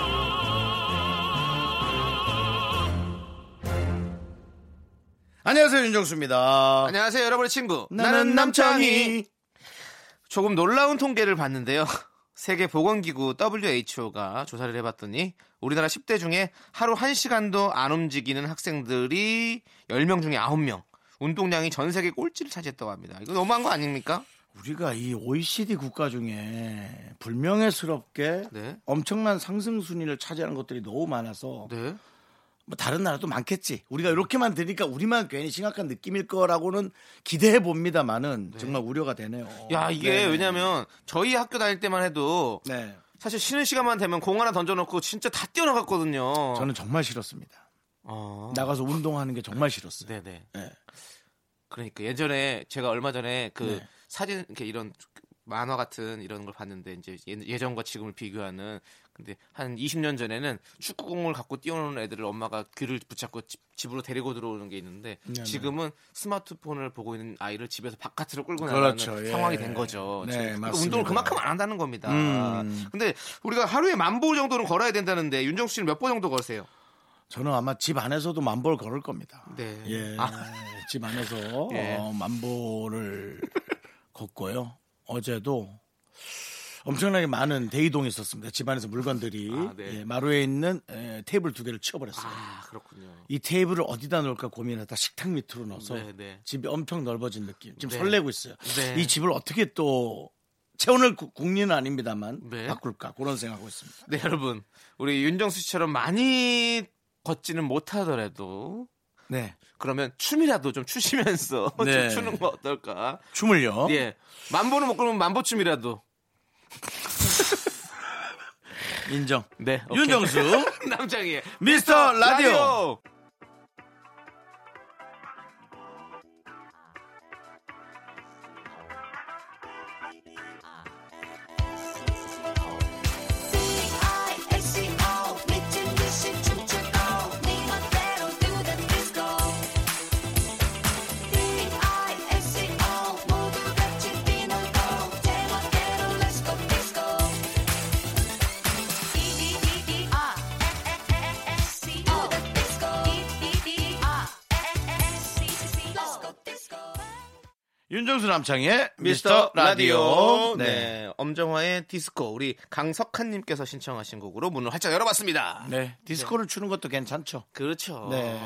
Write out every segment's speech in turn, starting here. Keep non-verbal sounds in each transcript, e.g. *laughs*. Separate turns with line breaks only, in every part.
안녕하세요 윤정수입니다.
안녕하세요, 여러분의 친구.
어. 나는 남창희.
조금 놀라운 통계를 봤는데요. *laughs* 세계 보건기구 WHO가 조사를 해봤더니 우리나라 10대 중에 하루 1시간도 안 움직이는 학생들이 10명 중에 9명. 운동량이 전 세계 꼴찌를 차지했다고 합니다. 이거 너무한 거 아닙니까?
우리가 이 OECD 국가 중에 불명예스럽게
네.
엄청난 상승 순위를 차지하는 것들이 너무 많아서
네.
뭐 다른 나라도 많겠지. 우리가 이렇게만 들으니까 우리만 괜히 심각한 느낌일 거라고는 기대해 봅니다만은 정말 우려가 되네요.
야, 이게
네.
왜냐면 저희 학교 다닐 때만 해도
네.
사실 쉬는 시간만 되면 공 하나 던져놓고 진짜 다 뛰어나갔거든요.
저는 정말 싫었습니다.
어.
나가서 운동하는 게 정말 싫었어요.
네네.
네.
그러니까 예전에 제가 얼마 전에 그
네.
사진 이렇게 이런 만화 같은 이런 걸 봤는데 이제 예- 예전과 지금을 비교하는 근데 한 20년 전에는 축구공을 갖고 뛰어노는 애들을 엄마가 귀를 붙잡고 집, 집으로 데리고 들어오는 게 있는데
네.
지금은 스마트폰을 보고 있는 아이를 집에서 바깥으로 끌고
그렇죠.
나가는
예.
상황이 된 거죠.
네,
지금. 그러니까
맞습니다.
운동을 그만큼 안 한다는 겁니다.
음.
근데 우리가 하루에 만보 정도는 걸어야 된다는데 윤정수 씨는 몇 보 정도 걸으세요?
저는 아마 집 안에서도 만보를 걸을 겁니다.
네.
예. 집
*laughs*
안에서
예.
어, 만보를 걷고요. 어제도 엄청나게 많은 대이동이 있었습니다. 집 안에서 물건들이
아, 네.
예, 마루에 있는 에, 테이블 두 개를 치워버렸어요.
아 그렇군요.
이 테이블을 어디다 놓을까 고민하다 식탁 밑으로 넣어서
네, 네.
집이 엄청 넓어진 느낌. 지금
네.
설레고 있어요.
네.
이 집을 어떻게 또 채원을 구- 국리는 아닙니다만
네.
바꿀까 그런 생각하고 있습니다.
네, 여러분. 우리 윤정수 씨처럼 많이 걷지는 못하더라도
네,
그러면 춤이라도 좀 추시면서 *laughs*
네.
좀 추는 거 어떨까?
춤을요.
예. 만보는 못 걸으면 만보 춤이라도.
인정.
네. 오케이.
윤정수
*laughs* 남장이의
미스터 라디오.
라디오.
C-I-S-C-O 미친 듯이 춤추고 네 멋대로 do the disco D-I-S-C-O 모두 같이 뛰놀고 제멋대로 let's go disco D-D-D-D-R-S-C-O do the disco D-D-D-R-S-C-O let's go disco
윤정수 남창의 미스터 라디오. 네.
네. 엄정화의 디스코. 우리 강석한님께서 신청하신 곡으로 문을 활짝 열어봤습니다.
네. 디스코를 추는 것도 괜찮죠.
그렇죠.
네.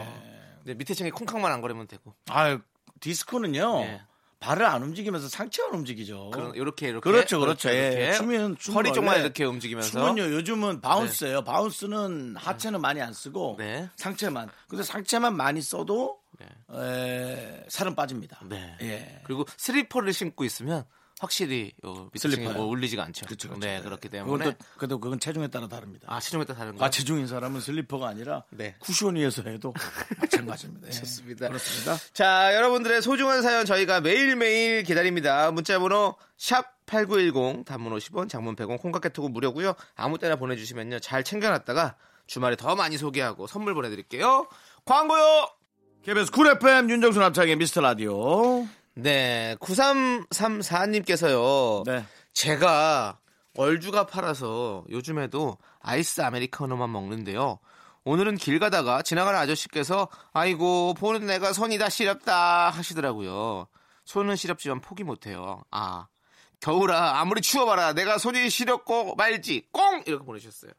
네, 밑에 층에 콩캉만 안 거리면 되고.
아, 디스코는요.
네.
발을 안 움직이면서 상체만 움직이죠.
그런 이렇게 이렇게
그렇죠, 그렇죠. 예.
이렇게.
춤은 춤은
허리 쪽만
원래
이렇게 움직이면서
춤은요 요즘은 바운스예요. 바운스는 하체는 많이 안 쓰고
네.
상체만. 근데 상체만 많이 써도
네.
에, 살은 빠집니다.
네.
예.
그리고 슬리퍼를 신고 있으면 확실히 요 밑층이
슬리퍼요.
뭐 울리지가 않죠.
그렇죠. 그렇죠.
네, 그렇기
그건
때문에
또, 그래도 그건 체중에 따라 다릅니다.
아 시중에 따라 다른 거.
과체중인 사람은 슬리퍼가 아니라
네.
쿠션 위에서
*laughs*
해도 마찬가지입니다. 예.
좋습니다.
그렇습니다.
자, 여러분들의 소중한 사연 저희가 매일매일 기다립니다. 문자번호 샵 8910, 단문 50원, 장문 100원, 콩깍개톡은 무료고요. 아무 때나 보내주시면요. 잘 챙겨놨다가 주말에 더 많이 소개하고 선물 보내드릴게요. 광고요!
KBS 쿨 FM 윤정수 남창의 미스터 라디오.
네, 9334님께서요.
네.
제가 얼주가 팔아서 요즘에도 아이스 아메리카노만 먹는데요. 오늘은 길 가다가 지나가는 아저씨께서 아이고 보는 내가 손이 다 시렵다 하시더라고요. 손은 시렵지만 포기 못해요. 아 겨울아 아무리 추워봐라 내가 손이 시렵고 말지 꽁 이렇게 보내주셨어요.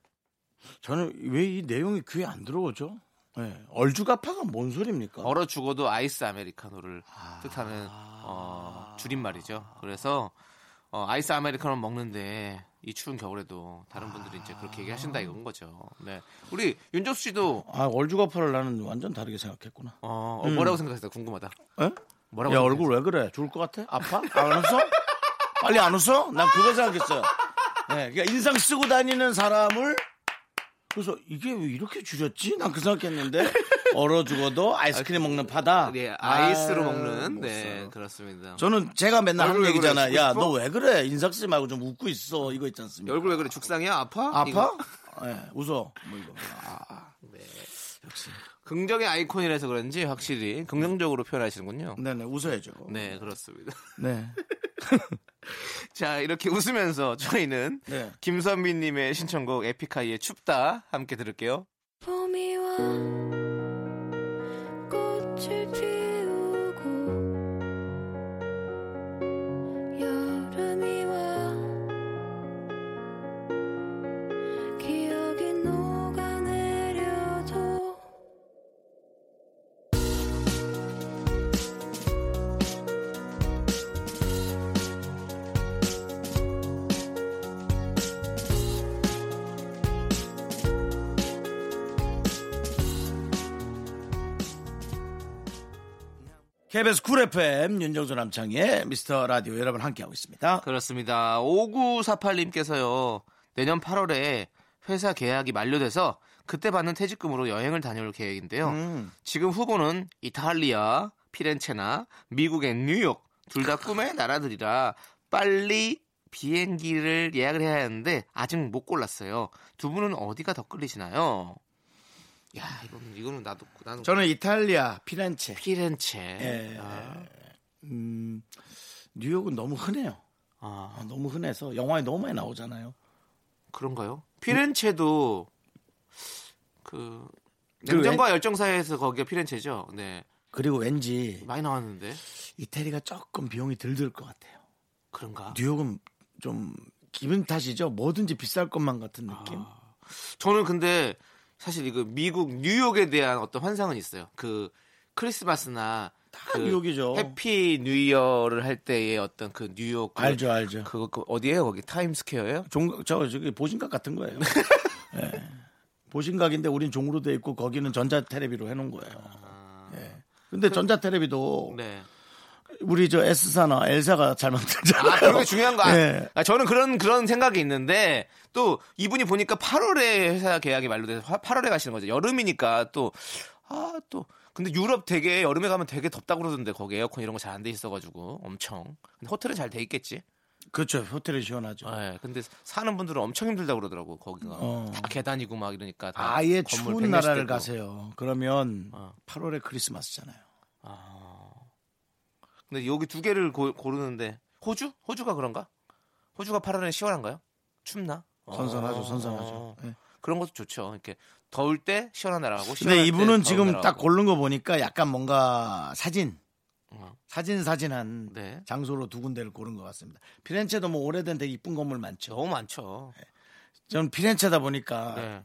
저는 왜 이 내용이 귀에 안 들어오죠? 예. 얼죽아파가 뭔 소리입니까?
얼어 죽어도 아이스 아메리카노를 뜻하는 어, 줄임말이죠. 그래서 어, 아이스 아메리카노 먹는데 이 추운 겨울에도
아.
다른 분들이 이제 그렇게 얘기하신다 이건 거죠. 네, 우리 윤정수 씨도
아, 얼죽아파를 나는 완전 다르게 생각했구나.
어,
음.
어, 뭐라고 생각하세요? 궁금하다.
예?
뭐라고?
야,
생각하세요?
얼굴 왜 그래? 죽을 것 같아? 아파? 안 웃어? 빨리 안 웃어? 난 그거 생각했어요. 예, 그러니까 인상 쓰고 다니는 사람을 그래서 이게 왜 이렇게 줄였지? 난 그 생각했는데 얼어 죽어도 아이스크림 먹는 파다.
예, 아이스로 먹는.
못
네,
써요.
그렇습니다.
저는 제가 맨날 하는
얼굴 왜 그래?
얘기잖아.
죽고
야,
싶어?
너 왜 그래? 인사 쓰지 말고 좀 웃고 있어. 이거 있지 않습니까?
얼굴 왜 그래? 죽상이야? 아파?
아파?
이거.
예, 웃어. 뭐 이거.
긍정의 아이콘이라서 그런지 확실히 긍정적으로 표현하시는군요.
네네, 웃어야죠.
네, 그렇습니다. *laughs*
네.
자, 이렇게 웃으면서 저희는
네.
김선미님의 신청곡 에픽하이의 춥다 함께 들을게요.
봄이 와 꽃을 피우고 여름이 와 기억이 녹아내려도
KBS 쿨 FM 윤정수 남창의 미스터 라디오 여러분 함께하고 있습니다.
그렇습니다. 5948님께서요. 내년 8월에 회사 계약이 만료돼서 그때 받는 퇴직금으로 여행을 다녀올 계획인데요.
음.
지금 후보는 이탈리아, 피렌체나 미국의 뉴욕 둘 다 꿈의 *laughs* 나라들이라 빨리 비행기를 예약을 해야 하는데 아직 못 골랐어요. 두 분은 어디가 더 끌리시나요? 야, 이거는 이거는 나도 나는
저는 이탈리아 피렌체.
피렌체.
예.
아,
음, 뉴욕은 너무 흔해요.
아,
아, 너무 흔해서 영화에 너무 많이 나오잖아요.
그런가요? 피렌체도 그
그
냉정과 열정 사이에서 거기가 피렌체죠. 네,
그리고 왠지
많이 나왔는데
이태리가 조금 비용이 들들 것 같아요.
그런가?
뉴욕은 좀 기분 탓이죠. 뭐든지 비쌀 것만 같은 느낌.
아, 저는 근데 사실 이거 미국 뉴욕에 대한 어떤 환상은 있어요. 그 크리스마스나 그
뉴욕이죠.
해피 뉴이어를 할 때의 어떤 그 뉴욕 그,
알죠, 알죠.
그거 그 어디예요? 거기 타임스퀘어예요?
종, 저 저기 보신각 같은
*laughs*
거예요. 예. 보신각인데 우린 종으로 돼 있고 거기는 전자 테레비로 해놓은 거예요. 예. 근데 전자 테레비도
아. 그 네.
우리 저 S사나 L사가 잘 만들잖아요.
아, 그런 게 중요한 거 아,
예.
아, 저는 그런 그런 생각이 있는데 또 이분이 보니까 8월에 회사 계약이 만료돼서 8월에 가시는 거죠. 여름이니까 또 아, 또 근데 유럽 되게 여름에 가면 되게 덥다고 그러던데 거기 에어컨 이런 거 잘 안 돼 있어 가지고 엄청. 근데 호텔은 잘 돼 있겠지.
그렇죠. 호텔이 시원하죠.
예, 근데 사는 분들은 엄청 힘들다고 그러더라고 거기가
어.
다 계단이고 막 이러니까 다
아예
건물
추운
100몇십
나라를
대고.
가세요. 그러면
어.
8월에 크리스마스잖아요.
근데 여기 두 개를 고, 르는데 호주? 호주가 그런가? 호주가 8월에는 시원한가요? 춥나?
선선하죠,
어.
선선하죠. 예.
그런 것도 좋죠. 이렇게 더울 때 시원한 나라하고 시원할
근데
때
이분은
더운
지금
나라하고.
딱 고른 거 보니까 약간 뭔가 사진,
어.
사진 사진한
네.
장소로 두 군데를 고른 것 같습니다. 피렌체도 뭐 오래된 되게 이쁜 건물 많죠.
너무 많죠.
저는 피렌체다 보니까
네.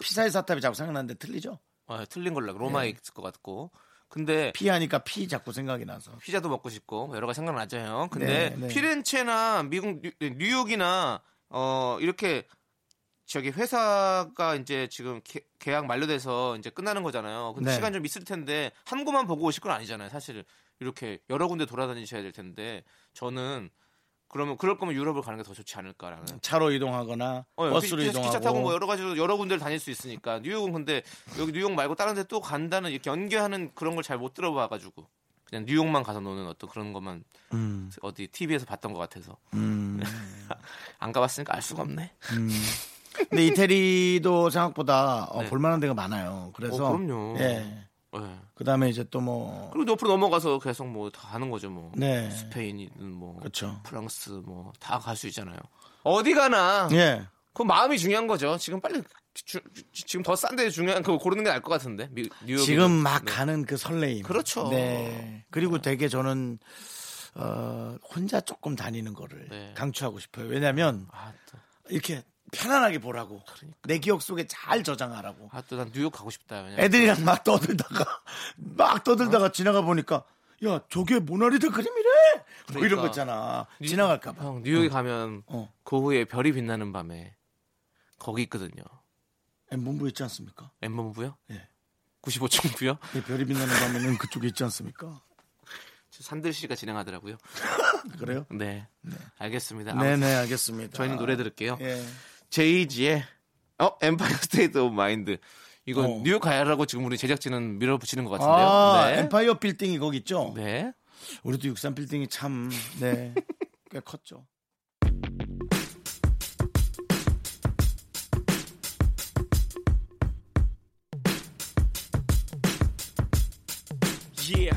피사의 사탑이 자꾸 생각나는데 틀리죠.
아, 틀린 걸로
네.
알고 로마에 있을 것 같고. 근데
피하니까 피 자꾸 생각이 나서.
피자도 먹고 싶고 여러 가지 생각나죠 형. 근데
네, 네.
피렌체나 미국 뉴- 뉴욕이나 어 이렇게 저기 회사가 이제 지금 개- 계약 만료돼서 이제 끝나는 거잖아요. 근데
네.
시간 좀 있을 텐데 한 곳만 보고 오실 건 아니잖아요. 사실 이렇게 여러 군데 돌아다니셔야 될 텐데 저는 그러면 그럴 거면 유럽을 가는 게 더 좋지 않을까라는
차로 이동하거나
어,
버스로
기-
이동하고
기차 타고 뭐 여러 가지로 여러 군데를 다닐 수 있으니까 뉴욕은 근데 여기 뉴욕 말고 다른 데 또 간다는 이렇게 연계하는 그런 걸 잘 못 들어봐 가지고 그냥 뉴욕만 가서 노는 어떤 그런 것만
음,
어디 TV에서 봤던 것 같아서
음,
안 가봤으니까 알 수가 없네.
음. 근데 이태리도 생각보다 어,
네.
볼만한 데가 많아요. 그래서
어, 그럼요.
예.
예.
그다음에 이제 또 뭐
그리고 옆으로 넘어가서 계속 뭐 다 가는 거죠 뭐
네.
스페인이든 뭐
그렇죠.
프랑스 뭐 다 갈 수 있잖아요. 어디 가나
예.
그 마음이 중요한 거죠. 지금 빨리 주- 주- 지금 더 싼 데 중요한 그 고르는 게 나을 것 같은데 미- 뉴욕
지금 막 가는 그 설레임.
네. 그렇죠.
네. 그리고 되게 저는 어, 혼자 조금 다니는 거를
네.
강추하고 싶어요. 왜냐면
아, 또.
이렇게 편안하게 보라고 내 기억 속에 잘 저장하라고
아, 네. 또 난 뉴욕 가고 싶다. 왜냐면
애들이랑 막 떠들다가 *laughs* 막
어?
떠들다가 지나가 보니까 야 저게 모나리자 그림이래 뭐 이런 거
그러니까.
있잖아 지나갈까봐
형 뉴욕에 가면
어.
그 후에 별이 빛나는 밤에 거기 있거든요.
예, 문부 있지 않습니까?
엠범부요?
예.
95층부요?
그 별이 빛나는 밤에는 그쪽에 있지 않습니까? 아,
산들 씨가 진행하더라고요.
그래요?
네. 알겠습니다. 아무튼
네네 알겠습니다.
저희는 노래 들을게요.
예.
제이지의 어, 엠파이어 스테이트 오브 마인드. 이건
어.
뉴욕 가야라고 지금 우리 제작진은 밀어붙이는 것 같은데요.
아,
네.
엠파이어 빌딩이 거기 있죠?
네.
우리도 63 빌딩이
*laughs*
참, 네. 꽤 컸죠.
Yeah.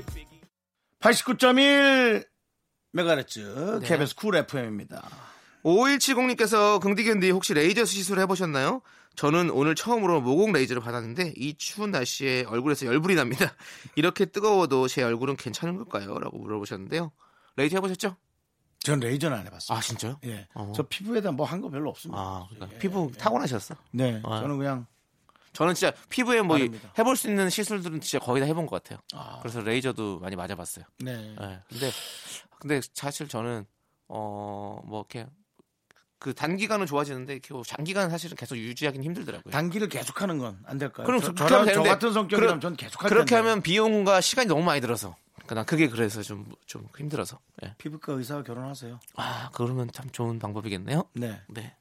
Biggie.
89.1 메가레츠
네.
KBS 쿨 FM입니다.
5170님께서 긍디견디 혹시 레이저 시술 해보셨나요? 저는 오늘 처음으로 모공 레이저를 받았는데 이 추운 날씨에 얼굴에서 열불이 납니다. *laughs* 이렇게 뜨거워도 제 얼굴은 괜찮은 걸까요? 라고 물어보셨는데요. 레이저 해보셨죠?
전 레이저는 안 해봤어요.
아 진짜요?
예,
어.
저 피부에 대한 뭐 한 거 별로 없습니다. 예.
아 그러니까 피부 타고나셨어?
네,
아.
저는 그냥
저는 진짜 피부에 뭐 이-
아닙니다.
해볼 수 있는 시술들은 진짜 거의 다 해본 것 같아요. 그래서 레이저도 많이 맞아봤어요.
네,
예. 근데 근데 사실 저는 어 뭐 이렇게 그 단기간은 좋아지는데 이렇게 뭐 장기간 사실은 계속 유지하기는 힘들더라고요.
단기를 계속하는 건 안 될까요?
네. 그럼
저,
그렇게
저랑
하면
저
되는데
같은 성격이라면
그러-
전 계속할 텐데.
그렇게 하면 비용과 시간이 너무 많이 들어서 그러니까 난 그게 그래서 좀 좀 힘들어서. 예.
피부과 의사와 결혼하세요.
아 그러면 참 좋은 방법이겠네요.
네,
네.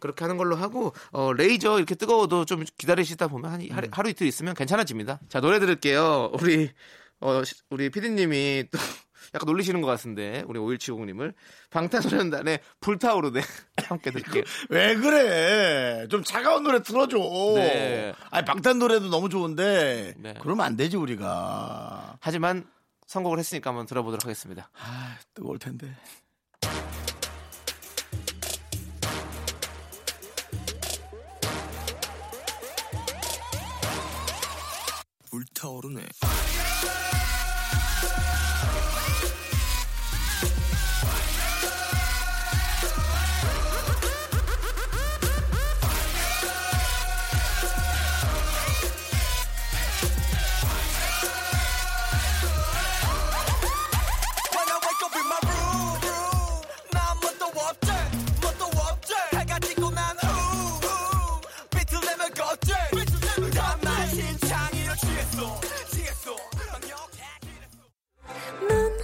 그렇게 하는 걸로 하고 어, 레이저 이렇게 뜨거워도 좀 기다리시다 보면 한 이- 하루, 하루 이틀 있으면 괜찮아집니다. 자 노래 들을게요. 우리 어, 시- 우리 피디님이 또 *laughs* 약간 놀리시는 것 같은데 우리 5170님을 방탄소년단의 불타오르네 *laughs* 함께 *laughs* 들을게요.
왜 그래? 좀 차가운 노래 틀어줘.
네.
아니 방탄 노래도 너무 좋은데
네.
그러면 안 되지 우리가.
하지만 선곡을 했으니까 한번 들어보도록 하겠습니다.
아, 뜨거울 텐데.
불타오르네.
When I wake up in my room, room, 난 뭣도 없지, 뭣도 없지. 해가 지고 난 우, 우, 빛을 내면 걷지. 다음 날 심장이로 취했어, 취했어. 강력해.
넌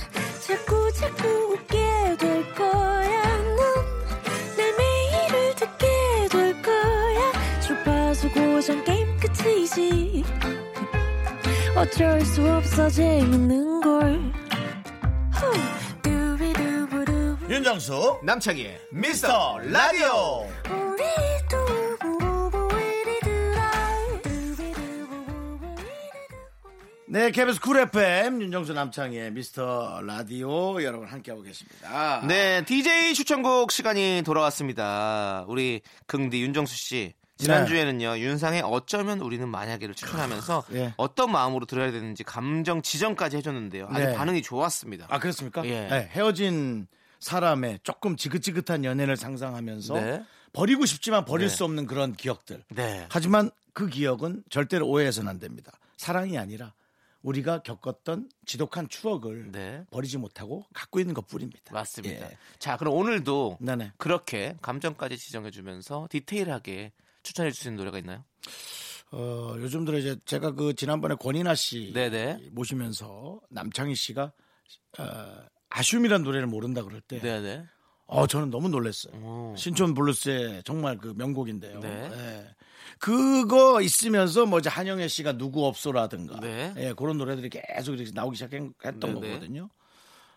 자꾸 자꾸 웃게 될 거야. 넌내 매일을 듣게 될 거야. 주파수 고정 게임 끝이지. 어쩔 수 없어 재밌는 걸. 후. 두비두부두.
윤정수
남창희의
미스터 라디오.
우리 두부부부이리두라. 두비두부부부이리두라.
네, KBS 쿨 FM 윤정수 남창희의 미스터 라디오 여러분 함께하고 계십니다.
네 DJ 추천곡 시간이 돌아왔습니다. 우리 긍디 윤정수 씨 지난주에는요 윤상의 어쩌면 우리는 만약에를 추천하면서
네. 예.
어떤 마음으로 들어야 되는지 감정 지정까지 해줬는데요. 아주
네.
반응이 좋았습니다.
아 그렇습니까?
예.
네, 헤어진 사람의 조금 지긋지긋한 연애를 상상하면서
네.
버리고 싶지만 버릴
네.
수 없는 그런 기억들.
네.
하지만 그 기억은 절대로 오해해서는 안 됩니다. 사랑이 아니라 우리가 겪었던 지독한 추억을
네.
버리지 못하고 갖고 있는 것뿐입니다.
맞습니다.
예.
자 그럼 오늘도
네네.
그렇게 감정까지 지정해주면서 디테일하게 추천해 주시는 노래가 있나요?
어, 요즘 들어 이제 제가 그 지난번에 권인아 씨 예.
네네.
모시면서 남창희 씨가 어, 아쉬움이란 노래를 모른다 그럴 때
네네.
어, 저는 너무 놀랐어요.
오.
신촌 블루스의 정말 그 명곡인데요.
네.
예. 그거 있으면서 뭐 이제 한영애 씨가 누구 없소라든가
네.
예, 그런 노래들이 계속 이렇게 나오기 시작했던
네, 네.
거거든요.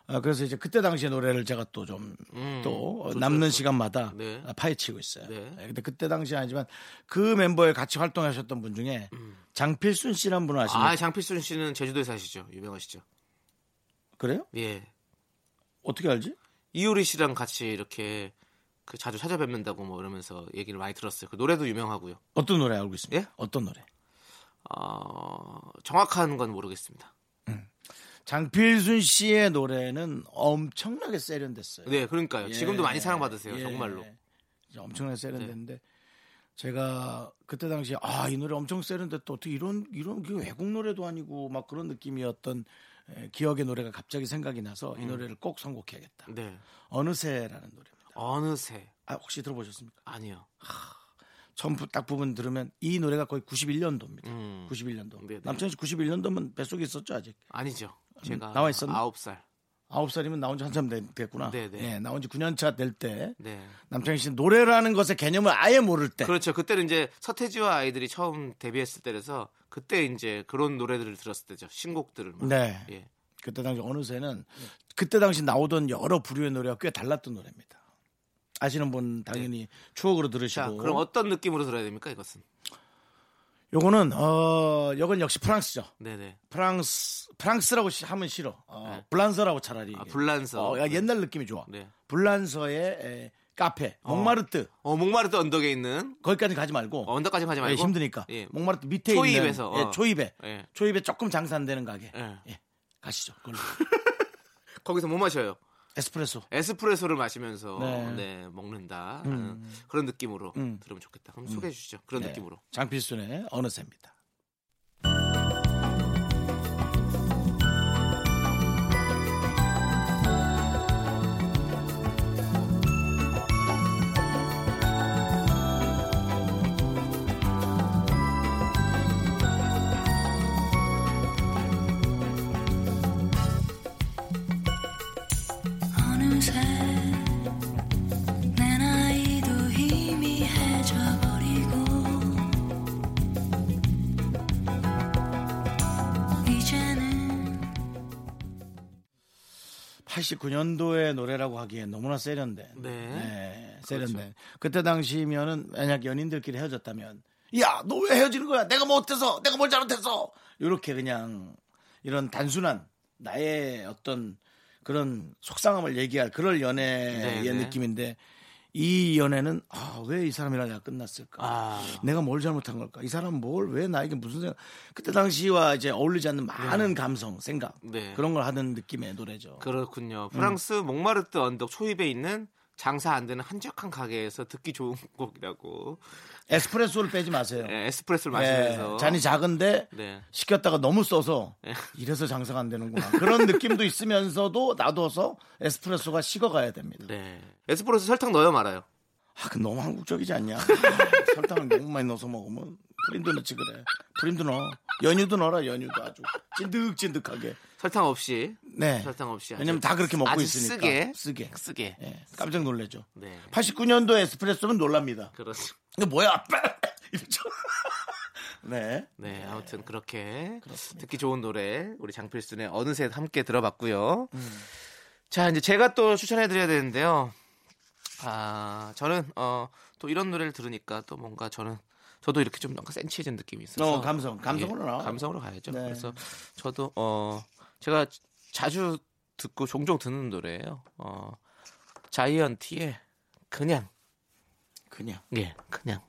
아, 그래서 이제 그때 당시의 노래를 제가 또 좀 또
음,
남는 시간마다
네.
아, 파헤치고 있어요.
네.
예, 근데 그때 당시 아니지만 그 멤버에 같이 활동하셨던 분 중에 장필순 씨란 분 아십니까?
음. 아 장필순 씨는 제주도에 사시죠. 유명하시죠.
그래요?
예.
어떻게 알지?
이효리 씨랑 같이 이렇게 그 자주 찾아뵙는다고 뭐 이러면서 얘기를 많이 들었어요. 그 노래도 유명하고요.
어떤 노래 알고 있습니까?
예?
어떤 노래?
어, 정확한 건 모르겠습니다.
장필순 씨의 노래는 엄청나게 세련됐어요.
네, 그러니까요. 네.
예.
지금도 많이 사랑받으세요.
예.
정말로.
엄청나게 세련됐는데 제가 그때 당시에 아 이 노래 엄청 세련됐다 어떻게 이런 이런 게 외국 노래도 아니고 막 그런 느낌이었던 에, 기억의 노래가 갑자기 생각이 나서 이 노래를 꼭 선곡해야겠다.
음. 네.
어느새라는 노래입니다.
어느새
아 혹시 들어보셨습니까?
아니요.
처음 부- 딱 부분 들으면 이 노래가 거의 91년도입니다.
음.
91년도.
네네.
남편이 91년도면 뱃속에 있었죠 아직.
아니죠. 제가
나와 있었나?
아홉 살.
아홉 살이면 나온 지 한참 된- 됐구나.
네네.
예, 나온 지 9년 차 될 때.
네.
남창희 씨는 노래라는 것의 개념을 아예 모를 때.
그렇죠. 그때는 이제 서태지와 아이들이 처음 데뷔했을 때라서 그때 이제 그런 노래들을 들었을 때죠. 신곡들을. 막.
네.
예.
그때 당시 어느새는 그때 당시 나오던 여러 부류의 노래가 꽤 달랐던 노래입니다. 아시는 분 당연히 추억으로 들으시고.
네. 자, 그럼 어떤 느낌으로 들어야 됩니까? 이것은.
요거는 어, 요건 역시 프랑스죠.
네네.
프랑스 프랑스라고 시- 하면 싫어. 어,
네.
블란서라고 차라리.
아, 블란서.
어, 야, 옛날 느낌이 좋아.
네.
블란서의 에, 카페 몽마르트
어, 목마르트 언덕에 있는
거기까지 가지 말고
어, 언덕까지 가지 말고.
예, 힘드니까
예.
목마르트 밑에
초입에서,
있는
어.
예, 초입에
예.
초입에 조금 장사 안 되는 가게
예.
예, 가시죠. 그걸로.
거기서 뭐 마셔요?
에스프레소.
에스프레소를 마시면서 네,
네.
먹는다 하는 그런 느낌으로 들으면 좋겠다. 그럼 소개해 주시죠. 그런
네.
느낌으로.
장필순의 어느새입니다.
어느새 내 나이도 희미해져 버리고 이제는
89년도의 노래라고 하기엔 너무나 세련된.
네.
세련된. 그때 당시면은 만약 연인들끼리 헤어졌다면 야, 너 왜 헤어지는 거야? 내가 뭐 어때서? 내가 뭘 잘못했어? 이렇게 그냥 이런 단순한 나의 어떤 그런 속상함을 얘기할 그럴 연애의
네, 네.
느낌인데 이 연애는 아, 왜 이 사람이랑 내가 끝났을까?
아.
내가 뭘 잘못한 걸까? 이 사람 뭘 왜 나에게 무슨 생각? 그때 당시와 이제 어울리지 않는 많은 감성, 생각
네.
그런 걸 하는 느낌의 노래죠.
그렇군요. 프랑스 몽마르트 언덕 초입에 있는 장사 안 되는 한적한 가게에서 듣기 좋은 *laughs* 곡이라고.
에스프레소를 빼지 마세요.
예, 에스프레소를 마시면서.
예, 네. 잔이 작은데
네. 예.
시켰다가 너무 써서 이래서 장사가 안 되는구나 그런 느낌도 있으면서도 놔둬서 에스프레소가 식어가야 됩니다.
네. 에스프레소 설탕 넣어요 말아요.
아, 그 너무 한국적이지 않냐? 아, 설탕을 너무 많이 넣어서 먹으면 프림도 넣지 그래. 프림도 넣어. 연유도 넣어라. 연유도 아주 찐득찐득하게.
설탕 없이.
네.
설탕 없이 아주-
왜냐면 다 그렇게 먹고
아주
있으니까.
쓰게.
쓰게.
쓰게.
예, 깜짝 놀래죠.
네.
89년도 에스프레소면 놀랍니다.
그렇죠.
이거 뭐야? *laughs* 이러죠. 네.
네, 아무튼 그렇게 듣기 좋은 노래 우리 장필순의 어느새 함께 들어봤고요.
음.
자, 이제 제가 또 추천해 드려야 되는데요. 아, 저는 어, 또 이런 노래를 들으니까 또 뭔가 저는 저도 이렇게 좀 뭔가 센치해진 느낌이 있어서 예,
어, 감성. 감성으로 나와.
감성으로 가야죠.
네.
그래서 저도 어, 제가 자주 듣고 종종 듣는 노래예요. 어, 자이언티의 그냥
그냥.
예, 그냥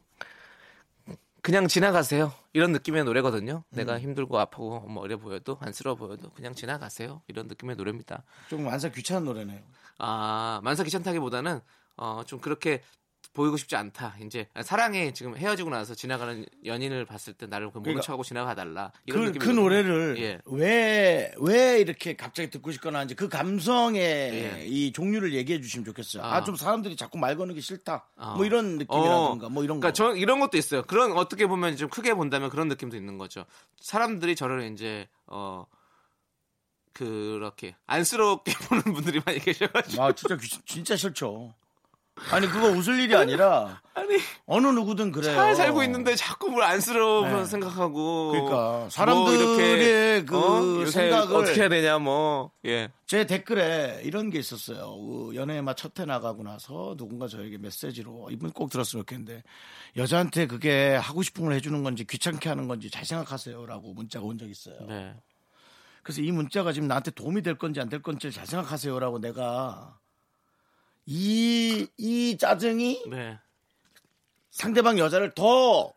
그냥 지나가세요. 이런 느낌의 노래거든요.
음.
내가 힘들고 아프고 뭐 어려 보여도 안쓰러워 보여도 그냥 지나가세요. 이런 느낌의 노래입니다.
좀 완전 귀찮은 노래네요.
아 만사 귀찮다기보다는 어, 좀 그렇게 보이고 싶지 않다. 이제 사랑해 지금 헤어지고 나서 지나가는 연인을 봤을 때 나를 그 모른
그러니까
척하고 지나가 달라. 이런
그,
느낌이
그 노래를
예.
왜 왜 이렇게 갑자기 듣고 싶거나 하는지 그 감성의
예.
이 종류를 얘기해 주시면 좋겠어요.
아.
아 좀 사람들이 자꾸 말 거는 게 싫다.
어.
뭐 이런 느낌이라든가
어,
뭐 이런
그러니까
거.
저 이런 것도 있어요. 그런 어떻게 보면 좀 크게 본다면 그런 느낌도 있는 거죠. 사람들이 저를 이제 어 그렇게 안쓰럽게 *laughs* 보는 분들이 많이 계셔가지고
아 진짜 귀- 진짜 싫죠. 아니 그거 웃을 일이 아니라
*laughs* 아니
어느 누구든 그래요.
잘 살고 있는데 자꾸 뭘 안쓰러워
네.
생각하고
그러니까
뭐
사람들의
이렇게,
그
어? 요새
생각을
어떻게 해야 되냐 뭐예
제 댓글에 이런 게 있었어요. 어, 연애의 맛 첫 해 나가고 나서 누군가 저에게 메시지로 이분 꼭 들었으면 좋겠는데 여자한테 그게 하고 싶은 걸 해주는 건지 귀찮게 하는 건지 잘 생각하세요라고 문자가 온 적이 있어요.
네.
그래서 이 문자가 지금 나한테 도움이 될 건지 안 될 건지 잘 생각하세요라고 내가 이 이 짜증이
네.
상대방 여자를
음,
더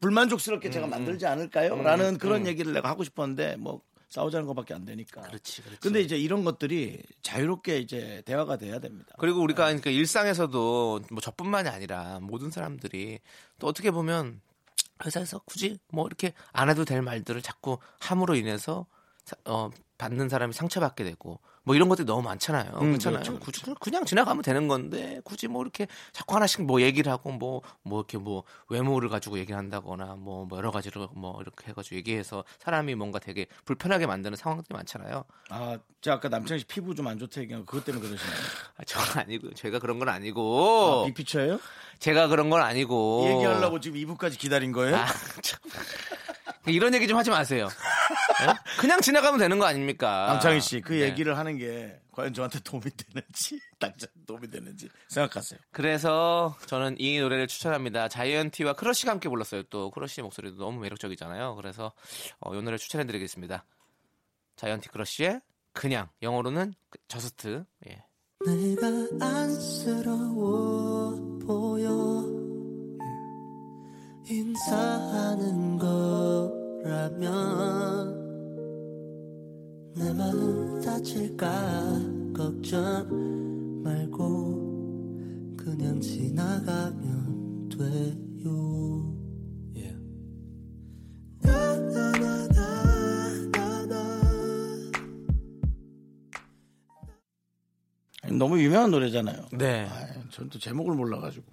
불만족스럽게 제가 만들지 않을까요? 라는 그런 얘기를 내가 하고 싶었는데 뭐 싸우자는 것밖에 안 되니까.
그렇지, 그렇지.
근데 이제 이런 것들이 자유롭게 이제 대화가 돼야 됩니다.
그리고 우리가 그러니까 일상에서도 뭐 저뿐만이 아니라 모든 사람들이 또 어떻게 보면 회사에서 굳이 뭐 이렇게 안 해도 될 말들을 자꾸 함으로 인해서 사- 어, 받는 사람이 상처받게 되고 뭐 이런 것들이 너무 많잖아요. 음, 그렇죠, 그렇잖아요. 굳이 그냥- 그냥 지나가면 되는 건데 굳이 뭐 이렇게 자꾸 하나씩 뭐 얘기를 하고 뭐 뭐 이렇게 뭐 외모를 가지고 얘기를 한다거나 뭐, 뭐 여러 가지로 뭐 이렇게 해가지고 얘기해서 사람이 뭔가 되게 불편하게 만드는 상황들이 많잖아요.
아, 제가 아까 남창희 씨 피부 좀 안 좋다 얘기한 거 그것 때문에 그러시나요?
아, 저건 아니고 제가 그런 건
아,
아니고
빅피처예요?
제가 그런 건 아니고
얘기하려고 지금 2부까지 기다린 거예요?
어. 아, 참. 이런 얘기 좀 하지 마세요. 예? 그냥 지나가면 되는 거 아닙니까?
남창희 씨 그
네.
얘기를 하는 게 과연 저한테 도움이 되는지 *laughs* 당장 도움이 되는지 생각하세요.
그래서 저는 이 노래를 추천합니다. 자이언티와 크러쉬가 함께 불렀어요. 또 크러쉬 목소리도 너무 매력적이잖아요. 그래서 어, 이 노래를 추천해드리겠습니다. 자이언티 크러쉬의 그냥 영어로는 그- 저스트. 예.
내가 안쓰러워 보여 인사하는 거라면 내 마음 다칠까 걱정 말고 그냥 지나가면 돼요 나나나나나나
아니, 너무 유명한 노래잖아요.
네.
저는 또 제목을 몰라가지고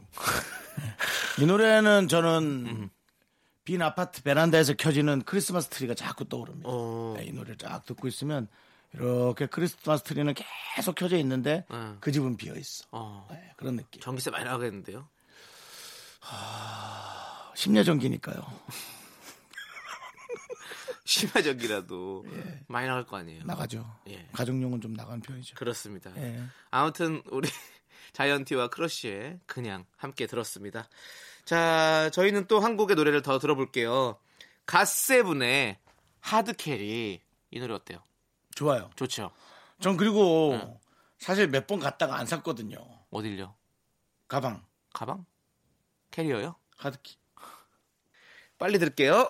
이 노래는 저는 빈 아파트 베란다에서 켜지는 크리스마스 트리가 자꾸 떠오릅니다.
어.
네, 이 노래를 쫙 듣고 있으면 이렇게 크리스마스 트리는 계속 켜져 있는데
네.
그 집은 비어 있어.
어,
네, 그런 느낌.
전기세 많이 나가겠는데요?
심야 전기니까요.
심야적이라도
예.
많이 나갈 거 아니에요.
나가죠.
예.
가정용은 좀 나가는 편이죠.
그렇습니다.
예.
아무튼 우리 *laughs* 자이언티와 크러쉬의 그냥 함께 들었습니다. 자, 저희는 또 한 곡의 노래를 더 들어볼게요. 갓세븐의 하드캐리 이 노래 어때요?
좋아요.
좋죠.
전 그리고
네.
사실 몇 번 갔다가 안 샀거든요.
어딜요?
가방,
가방? 캐리어요?
하드키.
빨리 들을게요.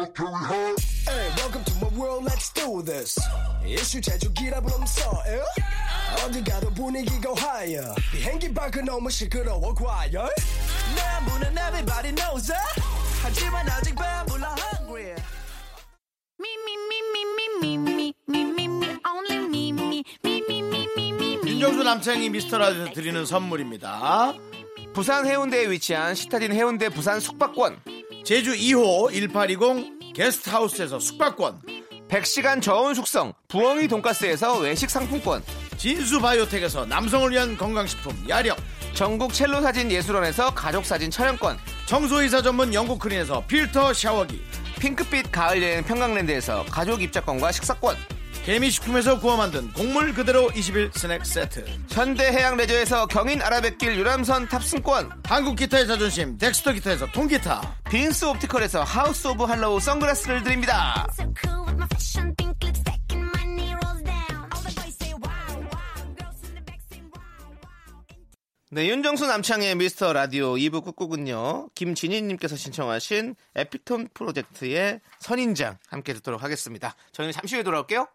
Hey, welcome to my world. Let's do this. 이슈 제주 기라 부름서. 어디 가도 분위기가 higher. 비행기 밖은 너무 시끄러워 과열. 내 문은 everybody knows eh? it. 하지만 아직 배불러 hungry.
Me, me, me, me, me, me, me, me, me, me, only me, me, me, me, me, me, me, me.
윤정수 남창이 미스터 라디오에서 드리는 선물입니다.
부산 해운대에 위치한 시타딘 해운대 부산 숙박권
제주 2호 1820 게스트하우스에서 숙박권
100시간 저온 숙성 부엉이 돈가스에서 외식 상품권
진수 바이오텍에서 남성을 위한 건강식품 야력
전국 첼로 사진 예술원에서 가족 사진 촬영권
청소이사 전문 영국 크린에서 필터 샤워기
핑크빛 가을 여행 평강랜드에서 가족 입장권과 식사권
개미식품에서 구워 만든 곡물 그대로 21 스낵 세트
현대해양레저에서 경인 아라뱃길 유람선 탑승권
한국 기타의 자존심 덱스터 기타에서 통기타
빈스 옵티컬에서 하우스 오브 할로우 선글라스를 드립니다
So cool with my fashion, pink lipstick, and my knee rolls down. All the boys say wow, wow. Girls in the back say wow, wow.
네 윤정수 남창의 미스터 라디오 2부 꾹꾹은요 김진희님께서 신청하신 에피톤 프로젝트의 선인장 함께 듣도록 하겠습니다 저희는 잠시 후에 돌아올게요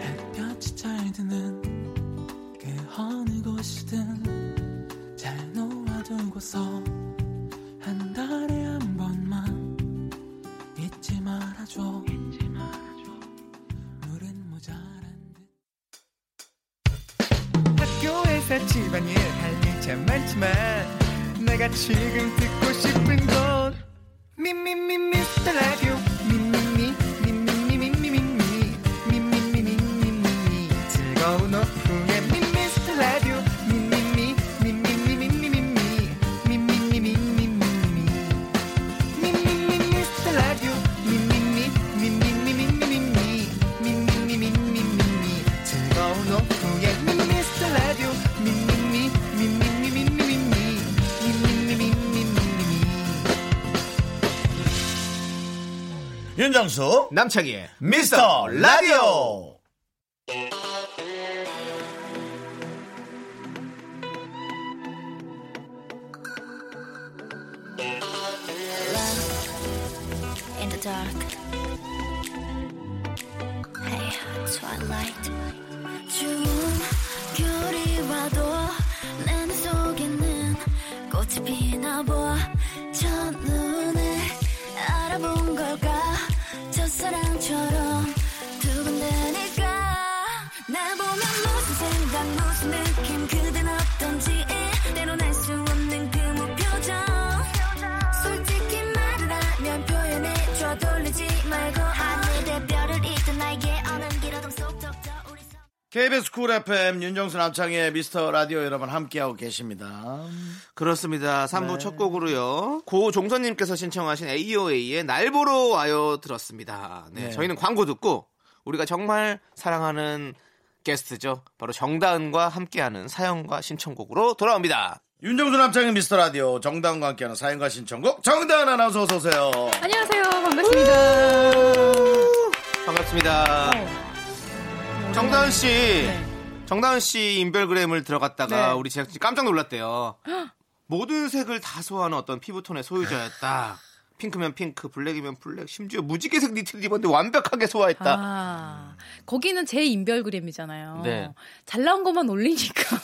햇볕이 잘 드는 그 어느 곳이든 잘 놓아두고서 한 달에 한 번만 잊지 말아줘 물은 모자란 듯
학교에서 집안일 할 일 참 많지만 내가 지금 듣고 싶은 건 미미미 미스터 라디오 미미미 미미미 미미미 미미미
윤정수
남창희의
미스터 라디오
in the dark. Hey, twilight. 추운 겨울이 와도 내 속에는 꽃이 피나 봐. 첫눈에 알아본 걸까? 첫사랑처럼 두근대니까. 날 보면 무슨 생각, 무슨 느낌, 그댄 어떤지. 때론 알수 없는 그 무표정. 솔직히 말을 하면 표현해줘 돌리지 말고 하늘의 별을 잊던 나에게 어는 길어둠 속덕져 우리 서-
KBS 쿨 FM 윤정수 남창희의 미스터 라디오 여러분 함께하고 계십니다
그렇습니다. 3부 첫 곡으로요. 고종선님께서 신청하신 AOA의 날 보러 와요 들었습니다. 네,
네.
저희는 광고 듣고 우리가 정말 사랑하는 게스트죠. 바로 정다은과 함께하는 사연과 신청곡으로 돌아옵니다.
윤정수 남창희 미스터 라디오 정다은과 함께하는 사연과 신청곡 정다은 아나운서 어서오세요
안녕하세요. 반갑습니다.
반갑습니다.
네.
정다은 씨, 정다은 씨 인별그램을 들어갔다가
네.
우리 제작진이 깜짝 놀랐대요. 모든 색을 다 소화하는 어떤 피부톤의 소유자였다. 핑크면 핑크, 블랙이면 블랙, 심지어 무지개색 니트를 입었는데 완벽하게 소화했다.
아, 거기는 제 인별그램이잖아요.
네.
잘 나온 것만 올리니까.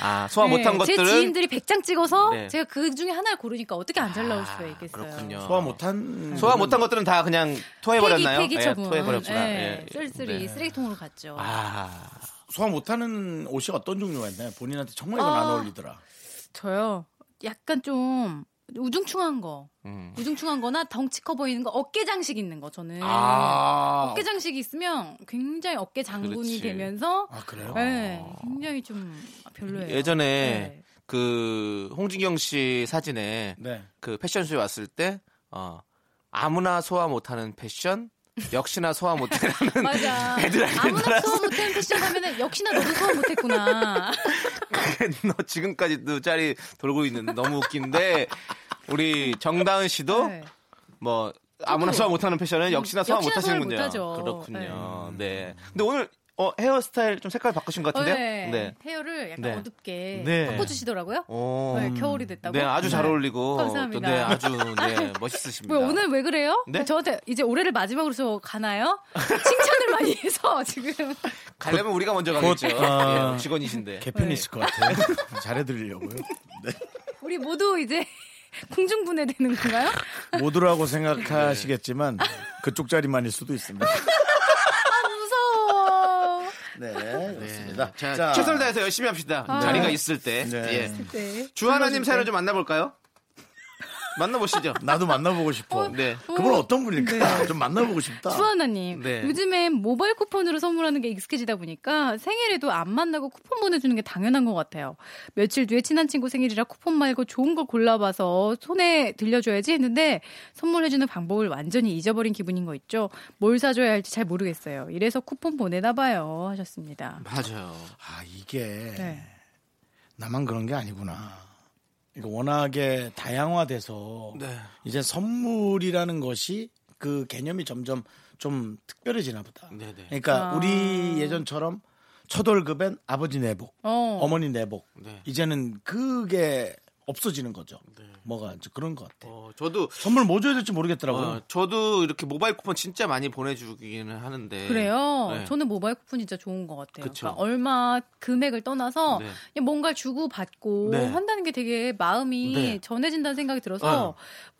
아, 소화
네,
못한
제
것들은
지인들이 100장 찍어서
네.
제가 그 중에 하나를 고르니까 어떻게 안 잘 나올 수가 있겠어요.
아, 그렇군요.
소화 못한 음.
소화 못한 것들은 다 그냥 토해버렸나요?
폐기, 폐기 처분.
토해버렸구나.
네,
예.
쓸쓸히
네.
쓰레기통으로 갔죠.
아,
소화 못하는 옷이 어떤 종류가 있나요? 본인한테 정말 이건 안
아.
어울리더라
저요. 약간 좀 우중충한 거.
음.
우중충한 거나 덩치 커 보이는 거 어깨 장식 있는 거 저는.
아,
네. 어깨 장식이 있으면 굉장히 어깨 장군이
그렇지.
되면서
아 그래요?
네, 굉장히 좀 별로예요.
예전에
네.
그 홍진경 씨 사진에
네
그 패션쇼에 왔을 때 어, 아무나 소화 못하는 패션 역시나 소화 못하는 *laughs*
맞아.
애들 알게
아무나 소화 못한 패션 하면은 역시나 너도
*laughs*
소화 못했구나.
너 지금까지도 짤이 돌고 있는데 너무 웃긴데 우리 정다은 씨도
네. 음,
뭐 아무나 소화 못하는 패션은 역시나 소화
역시나 소화를
못하시는군요.
못하죠.
그렇군요. 네. 근데 오늘 어, 헤어스타일 좀 색깔 바꾸신 것 같은데요?
네.
네.
헤어를 약간
네.
어둡게
네.
바꿔주시더라고요.
오.
네, 겨울이 됐다고.
네, 아주 잘 어울리고
감사합니다.
또 네, 아주 네,
*laughs*
멋있으십니다.
왜 오늘 왜 그래요?
네?
저한테 이제 올해를 마지막으로 저 가나요? 칭찬을 많이 해서 *laughs* 지금
가려면 우리가 먼저 가겠죠.
곧, 아.
예, 직원이신데.
개편이
네.
있을 것 같아요 *laughs* 잘해드리려고요
우리 모두 이제 *laughs* 공중분해 되는 건가요?
모두라고 생각하시겠지만 그쪽 자리만일 수도 있습니다
무서워.
네 그렇습니다
네. 자, 최선을 다해서 열심히 합시다.
아.
자리가 있을 때.
네.
예.
네.
주하나님 사연을 좀 *laughs* 만나볼까요? 만나보시죠.
나도 만나보고 싶어
네.
그분 어떤 분일까?
네.
좀 만나보고 싶다.
수아나님,
네.
요즘엔 모바일 쿠폰으로 선물하는 게 익숙해지다 보니까 생일에도 안 만나고 쿠폰 보내주는 게 당연한 것 같아요. 며칠 뒤에 친한 친구 생일이라 쿠폰 말고 좋은 걸 골라봐서 손에 들려줘야지 했는데 선물해주는 방법을 완전히 잊어버린 기분인 거 있죠? 뭘 사줘야 할지 잘 모르겠어요. 이래서 쿠폰 보내나 봐요. 하셨습니다.
맞아요.
아 이게
네.
나만 그런 게 아니구나. 이거 워낙에 다양화돼서
네.
이제 선물이라는 것이 그 개념이 점점 좀 특별해지나 보다.
네네.
그러니까
아.
우리 예전처럼 첫 월급엔 아버지 내복,
어.
어. 머니 내복.
네.
이제는 그게 없어지는 거죠. 뭐가 이제 그런 것 같아.
어, 저도
선물 뭐 줘야 될지 모르겠더라고요.
어, 저도 이렇게 모바일 쿠폰 진짜 많이 보내주기는 하는데
그래요.
네.
저는 모바일 쿠폰 진짜 좋은 것 같아요.
그쵸.
그러니까 얼마 금액을 떠나서
네.
그냥 뭔가 주고 받고
네.
한다는 게 되게 마음이
네. 아.
전해진다는 생각이 들어서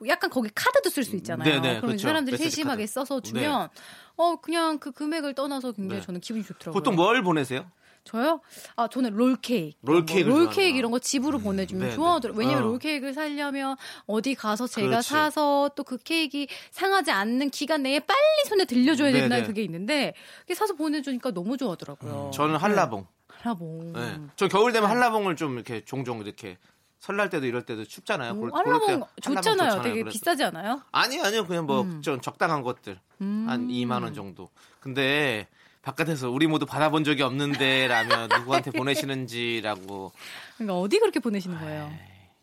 약간 거기 카드도 쓸 수 있잖아요.
네, 네,
그럼
그쵸.
사람들이
메시지
세심하게
카드.
써서 주면 어 그냥 그 금액을 떠나서 굉장히
네.
저는 기분이 좋더라고요.
보통 뭘 보내세요?
저요? 아 저는 롤케이크,
롤케이크를
뭐
좋아하는구나.
롤케이크 이런 거 집으로 보내주면
네, 네.
좋아하더라고요. 왜냐면
어.
롤케이크를 사려면 어디 가서 제가
그렇지.
사서 또 그 케이크 상하지 않는 기간 내에 빨리 손에 들려줘야
네,
된다는
네.
그게 있는데 그게 사서 보내주니까 너무 좋아하더라고요.
저는 한라봉.
한라봉.
어,
음,
네. 저 겨울 되면 한라봉을 좀 이렇게 종종 이렇게 설날 때도 이럴 때도 춥잖아요. 그럴-
오,
그럴 때
음, 한라봉 좋잖아요. 되게
그래서.
비싸지 않아요?
아니 아니요 그냥 뭐
음.
좀 적당한 것들 한 2만 원 정도. 근데 바깥에서 우리 모두 받아본 적이
*laughs*
없는데라며 누구한테 보내시는지라고 아,
그러니까 어디 그렇게 보내시는 거예요?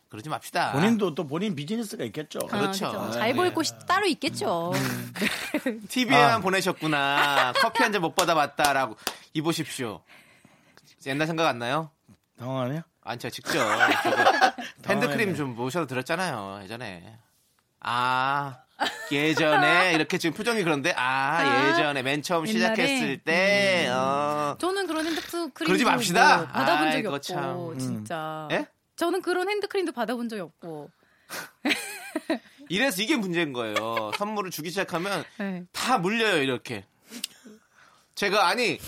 그러지 맙시다.
본인도 또 본인 비즈니스가 있겠죠.
아,
그렇죠. 음.
그죠. 잘 보일
네.
곳이 따로 있겠죠. *laughs* 네.
아.
TV에만 보내셨구나. 커피 한 잔 못 받아봤다라고. 이 보십시오. 옛날 생각 안 나요?
당황하네요.
안 제가
*laughs*
직접 저거 핸드크림
어, 당황했네.
좀 모셔서 들었잖아요 예전에 아 예전에 이렇게 지금 표정이 그런데 아
아,
예전에 맨 처음
옛날에? 음.
시작했을 때 어.
저는 그런 핸드크림
그러지 맙시다.
뭐 받아본 적이
아이고,
없고
참.
진짜.
예?
저는 그런 핸드크림도 받아본 적이 없고.
이래서 이게 문제인 거예요 선물을 주기 시작하면
네.
다 물려요 이렇게 제가 아니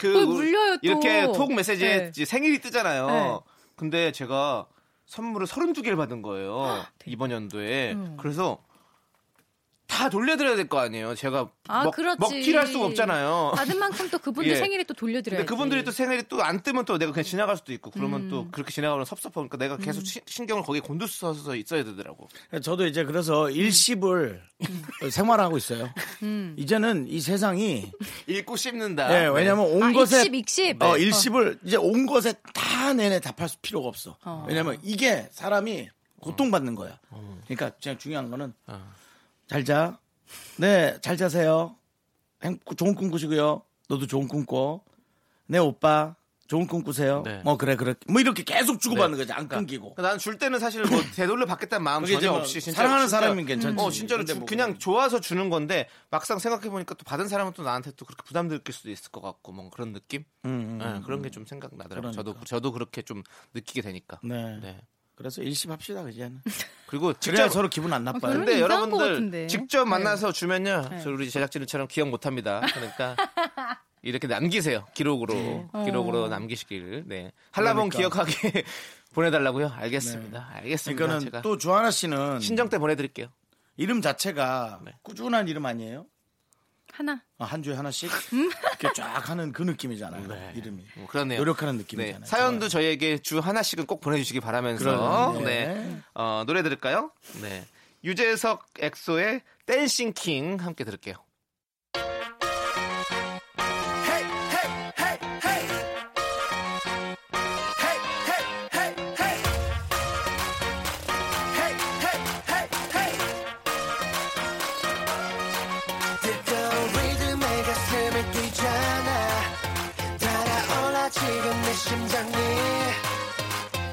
그
뭘 물려요, 또.
이렇게 톡 메시지에
네.
이제 생일이 뜨잖아요
네.
근데 제가 선물을 32개를 받은 거예요
아, 네.
이번 연도에
음.
그래서 다 돌려드려야 될 거 아니에요 제가
아,
먹,
그렇지.
먹튀를 할 수가 없잖아요
받은 만큼 또 그분들
*laughs* 예.
생일에 또 돌려드려야
근데 그분들이 또 생일이 또 안 뜨면 또 내가 그냥 지나갈 수도 있고 그러면
음.
또 그렇게 지나가면 섭섭하니까 내가 계속 시- 신경을 거기에 곤두서서 있어야 되더라고
저도 이제 그래서 일십을
음.
생활하고 있어요. 이제는 이 세상이
읽고 씹는다
예, 왜냐면
네.
온
아,
것에
익십, 익십.
어,
네.
일십을 이제 온 것에 다 내내 답할 수 필요가 없어. 왜냐면 이게 사람이 고통받는 거야.
어.
그러니까 제일 중요한 거는 잘 자. 네, 잘 자세요. 행- 좋은 꿈 꾸시고요. 너도 좋은 꿈 꿔. 네, 오빠. 좋은 꿈 꾸세요.
네.
뭐 그래 그래. 뭐 이렇게 계속 주고받는
네.
거지. 안 끊기고.
난 줄 때는 사실
*laughs*
뭐 되돌려 받겠다는 마음
그게 이제
전혀
뭐
없이 진짜
사랑하는
진짜-
사람이면 괜찮지.
어 진짜로
근데
주-
뭐
그냥 좋아서 주는 건데 막상 생각해 보니까 또 받은 사람은 또 나한테 또 그렇게 부담 느낄 수도 있을 것 같고 뭐 그런 느낌.
음, 음,
예, 그런 게 좀 생각나더라고요. 저도
그러니까.
저도 그렇게 좀 느끼게 되니까.
네.
네.
그래서 일십합시다
*laughs*
그제는.
그리고
그래야
직접
서로 기분 안 나빠요.
그런-
근데
이상한 것
여러분들
같은데. 네.
직접 만나서 주면요. 저 우리 제작진처럼 기억 못 합니다.
*laughs*
그러니까 이렇게 남기세요.
네.
기록으로.
어.
기록으로 남기시길. 네. 한라봉
그러니까.
기억하게 *laughs* 보내 달라고요. 알겠습니다.
네.
알겠습니다.
그러니까는
제가
또 조하나 씨는
음. 신정 때 보내 드릴게요.
이름 자체가
네.
꾸준한 이름 아니에요?
하나.
아, 한 주에 하나씩 이렇게 쫙 하는 그 느낌이잖아요.
네.
이름이
뭐 그러네요.
노력하는
네,
느낌이잖아요.
사연도 저희에게 주 하나씩은 꼭 보내주시기 바라면서
그러네요.
네, 어, 노래 들을까요? 네, 유재석 엑소의 댄싱 킹 함께 들을게요.
뜨거운 리듬에 가슴이 뛰잖아 달아올라 지금 내 심장이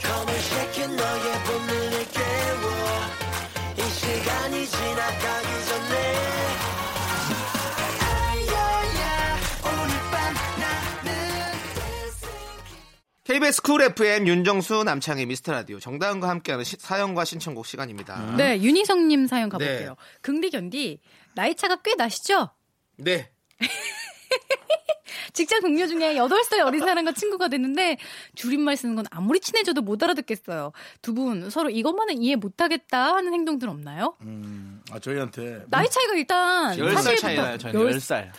Come and shake it 너의 본능을 깨워 이 시간이 지나가기 전에 아야야 오늘 밤 나는
KBS 쿨 FM 윤정수 남창희 미스터 라디오 정다은과 함께하는 시- 사연과 신청곡 시간입니다.
네, 윤희성님 사연 가볼게요.
아. 네.
긍디 견디 나이 차가 꽤 나시죠?
네.
직장 동료 중에 8살 어린 사람과 친구가 됐는데 줄임말 쓰는 건 아무리 친해져도 못 알아듣겠어요. 두 분 서로 이것만은 이해 못하겠다 하는 행동들 없나요?
아, 저희한테
나이 차이가 일단
음. 10살 차이
사실부터 뭐
나요, 저는.
열-
10살.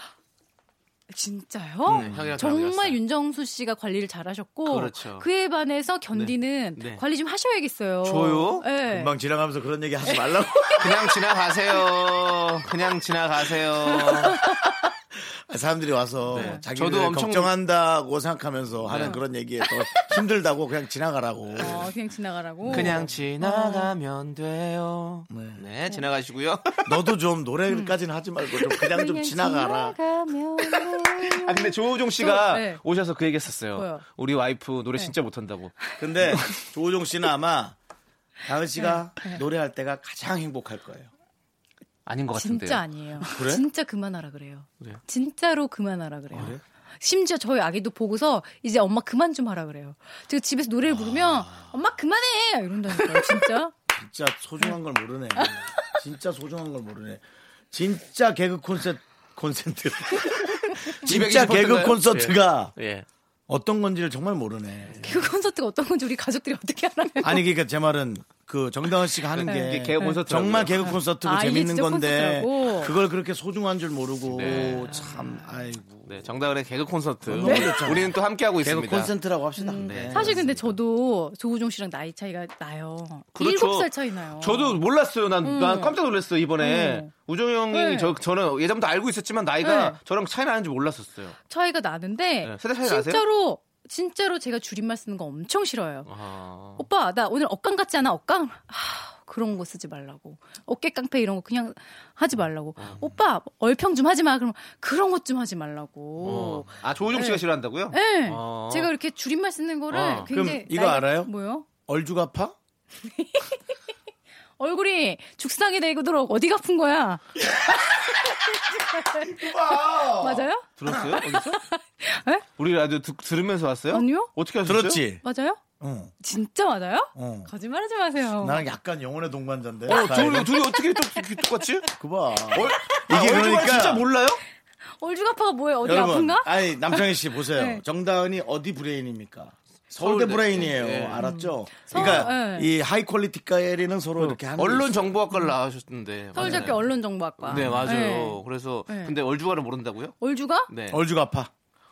진짜요?
네, 형이랑 저랑 열
정말
살.
윤정수 씨가 관리를 잘하셨고
그렇죠.
에 반해서 견디는
네. 네.
관리 좀 하셔야겠어요.
저요?
네.
금방 지나가면서 그런 얘기 하지 말라고.
그냥 지나가세요. 그냥 지나가세요.
사람들이 와서
네.
자기를
저도 엄청- 네.
걱정한다고 생각하면서 하는 그런 얘기에 더 힘들다고 그냥 지나가라고.
어, 그냥 지나가라고.
그냥 지나가면 돼요.
네.
네, 지나가시고요.
너도 좀 노래까지는 하지 말고 좀 그냥 좀 지나가라.
지나가면
아 근데 조우종 씨가
저, 네.
오셔서 그 얘기했었어요.
뭐요? 네.
우리 와이프 노래 진짜 못한다고.
근데 조우종 씨는 아마 다은 씨가 노래할 때가 가장 행복할 거예요.
아닌 것 같은데요.
진짜 아니에요.
그래?
진짜 그만하라 그래요.
그래요?
진짜로 그만하라 그래요.
아,
심지어 저희 아기도 보고서 이제 엄마 그만 좀 하라 그래요. 제가 집에서 노래를 부르면
아.
엄마 그만해 이런다니까요. 진짜. *laughs*
진짜 소중한 걸 모르네. 진짜 소중한 걸 모르네. 진짜 개그 콘셉트
*laughs*
콘센트. 진짜
220
개그
콘서트인가요?
콘서트가
예.
어떤 건지를 정말 모르네.
그 콘서트가 어떤 건지 우리 가족들이 어떻게 알아요?
아니 그러니까 제 말은 그 정다은 씨가 하는
이게
게
네, 개그 콘서트라고요.
정말 개그 콘서트고
아, 이게
재밌는
진짜
건데
콘서트라고?
그걸 그렇게 소중한 줄 모르고
네.
참 아이고
네, 정다은의 개그 콘서트.
어,
너무 좋잖아요.
우리는 또 함께하고
개그
있습니다.
콘센트라고 합시다.
네.
사실 근데 저도 조우종 씨랑 나이 차이가 나요.
그렇죠.
7살 차이 나요.
저도 몰랐어요. 난, 난 깜짝 놀랐어요, 이번에.
음.
우정이 형이
네.
저, 저는 예전부터 알고 있었지만 나이가
네.
저랑 차이 나는지 몰랐었어요.
차이가 나는데
네, 세대 차이 나세요?
진짜로 진짜로 제가 줄임말 쓰는 거 엄청 싫어요.
아.
오빠 나 오늘 억강 같지 않아 억강? 하, 그런 거 쓰지 말라고 어깨 깡패 이런 거 그냥 하지 말라고
어.
오빠 얼평 좀 하지 마 그럼 그런 것 좀 하지 말라고
어. 아, 조우종 씨가
네.
싫어한다고요?
예
어.
제가 이렇게 줄임말 쓰는 거를
어.
그럼
굉장히
이거 알아요?
뭐요
얼주가 파?
얼굴이 죽상이 되도록 어디가 아픈 거야 맞아요 *laughs*
들었어요? 어디서?
에?
우리 라디오 듣- 들으면서 왔어요?
아니요
어떻게 하셨어요?
들었지?
맞아요
응.
진짜 맞아요
어.
거짓말하지 마세요
나랑 약간 영혼의 동반자인데.
어,
나
둘이,
이거
둘이 어떻게 똑- 이렇게 똑같지?
그 봐.
이게
얼주가
그러니까
진짜
진짜 몰라요?
네. 얼죽아파가 뭐예요 어디
여러분,
아픈가
아니 남창희 씨 보세요.
*laughs* 네.
정다은이 어디 브레인입니까? 서울대
서울대.
브레인이에요.
예.
알았죠?
서울,
그러니까
예.
이 하이 퀄리티 가에리는 서로 이렇게 하는
언론
게 있어요.
정보학과를 나가셨는데.
서울대학교
맞아요.
언론정보학과
네, 맞아요.
네.
그래서
네.
근데 얼주가를 모른다고요?
얼죽아
네.
얼주가 아파.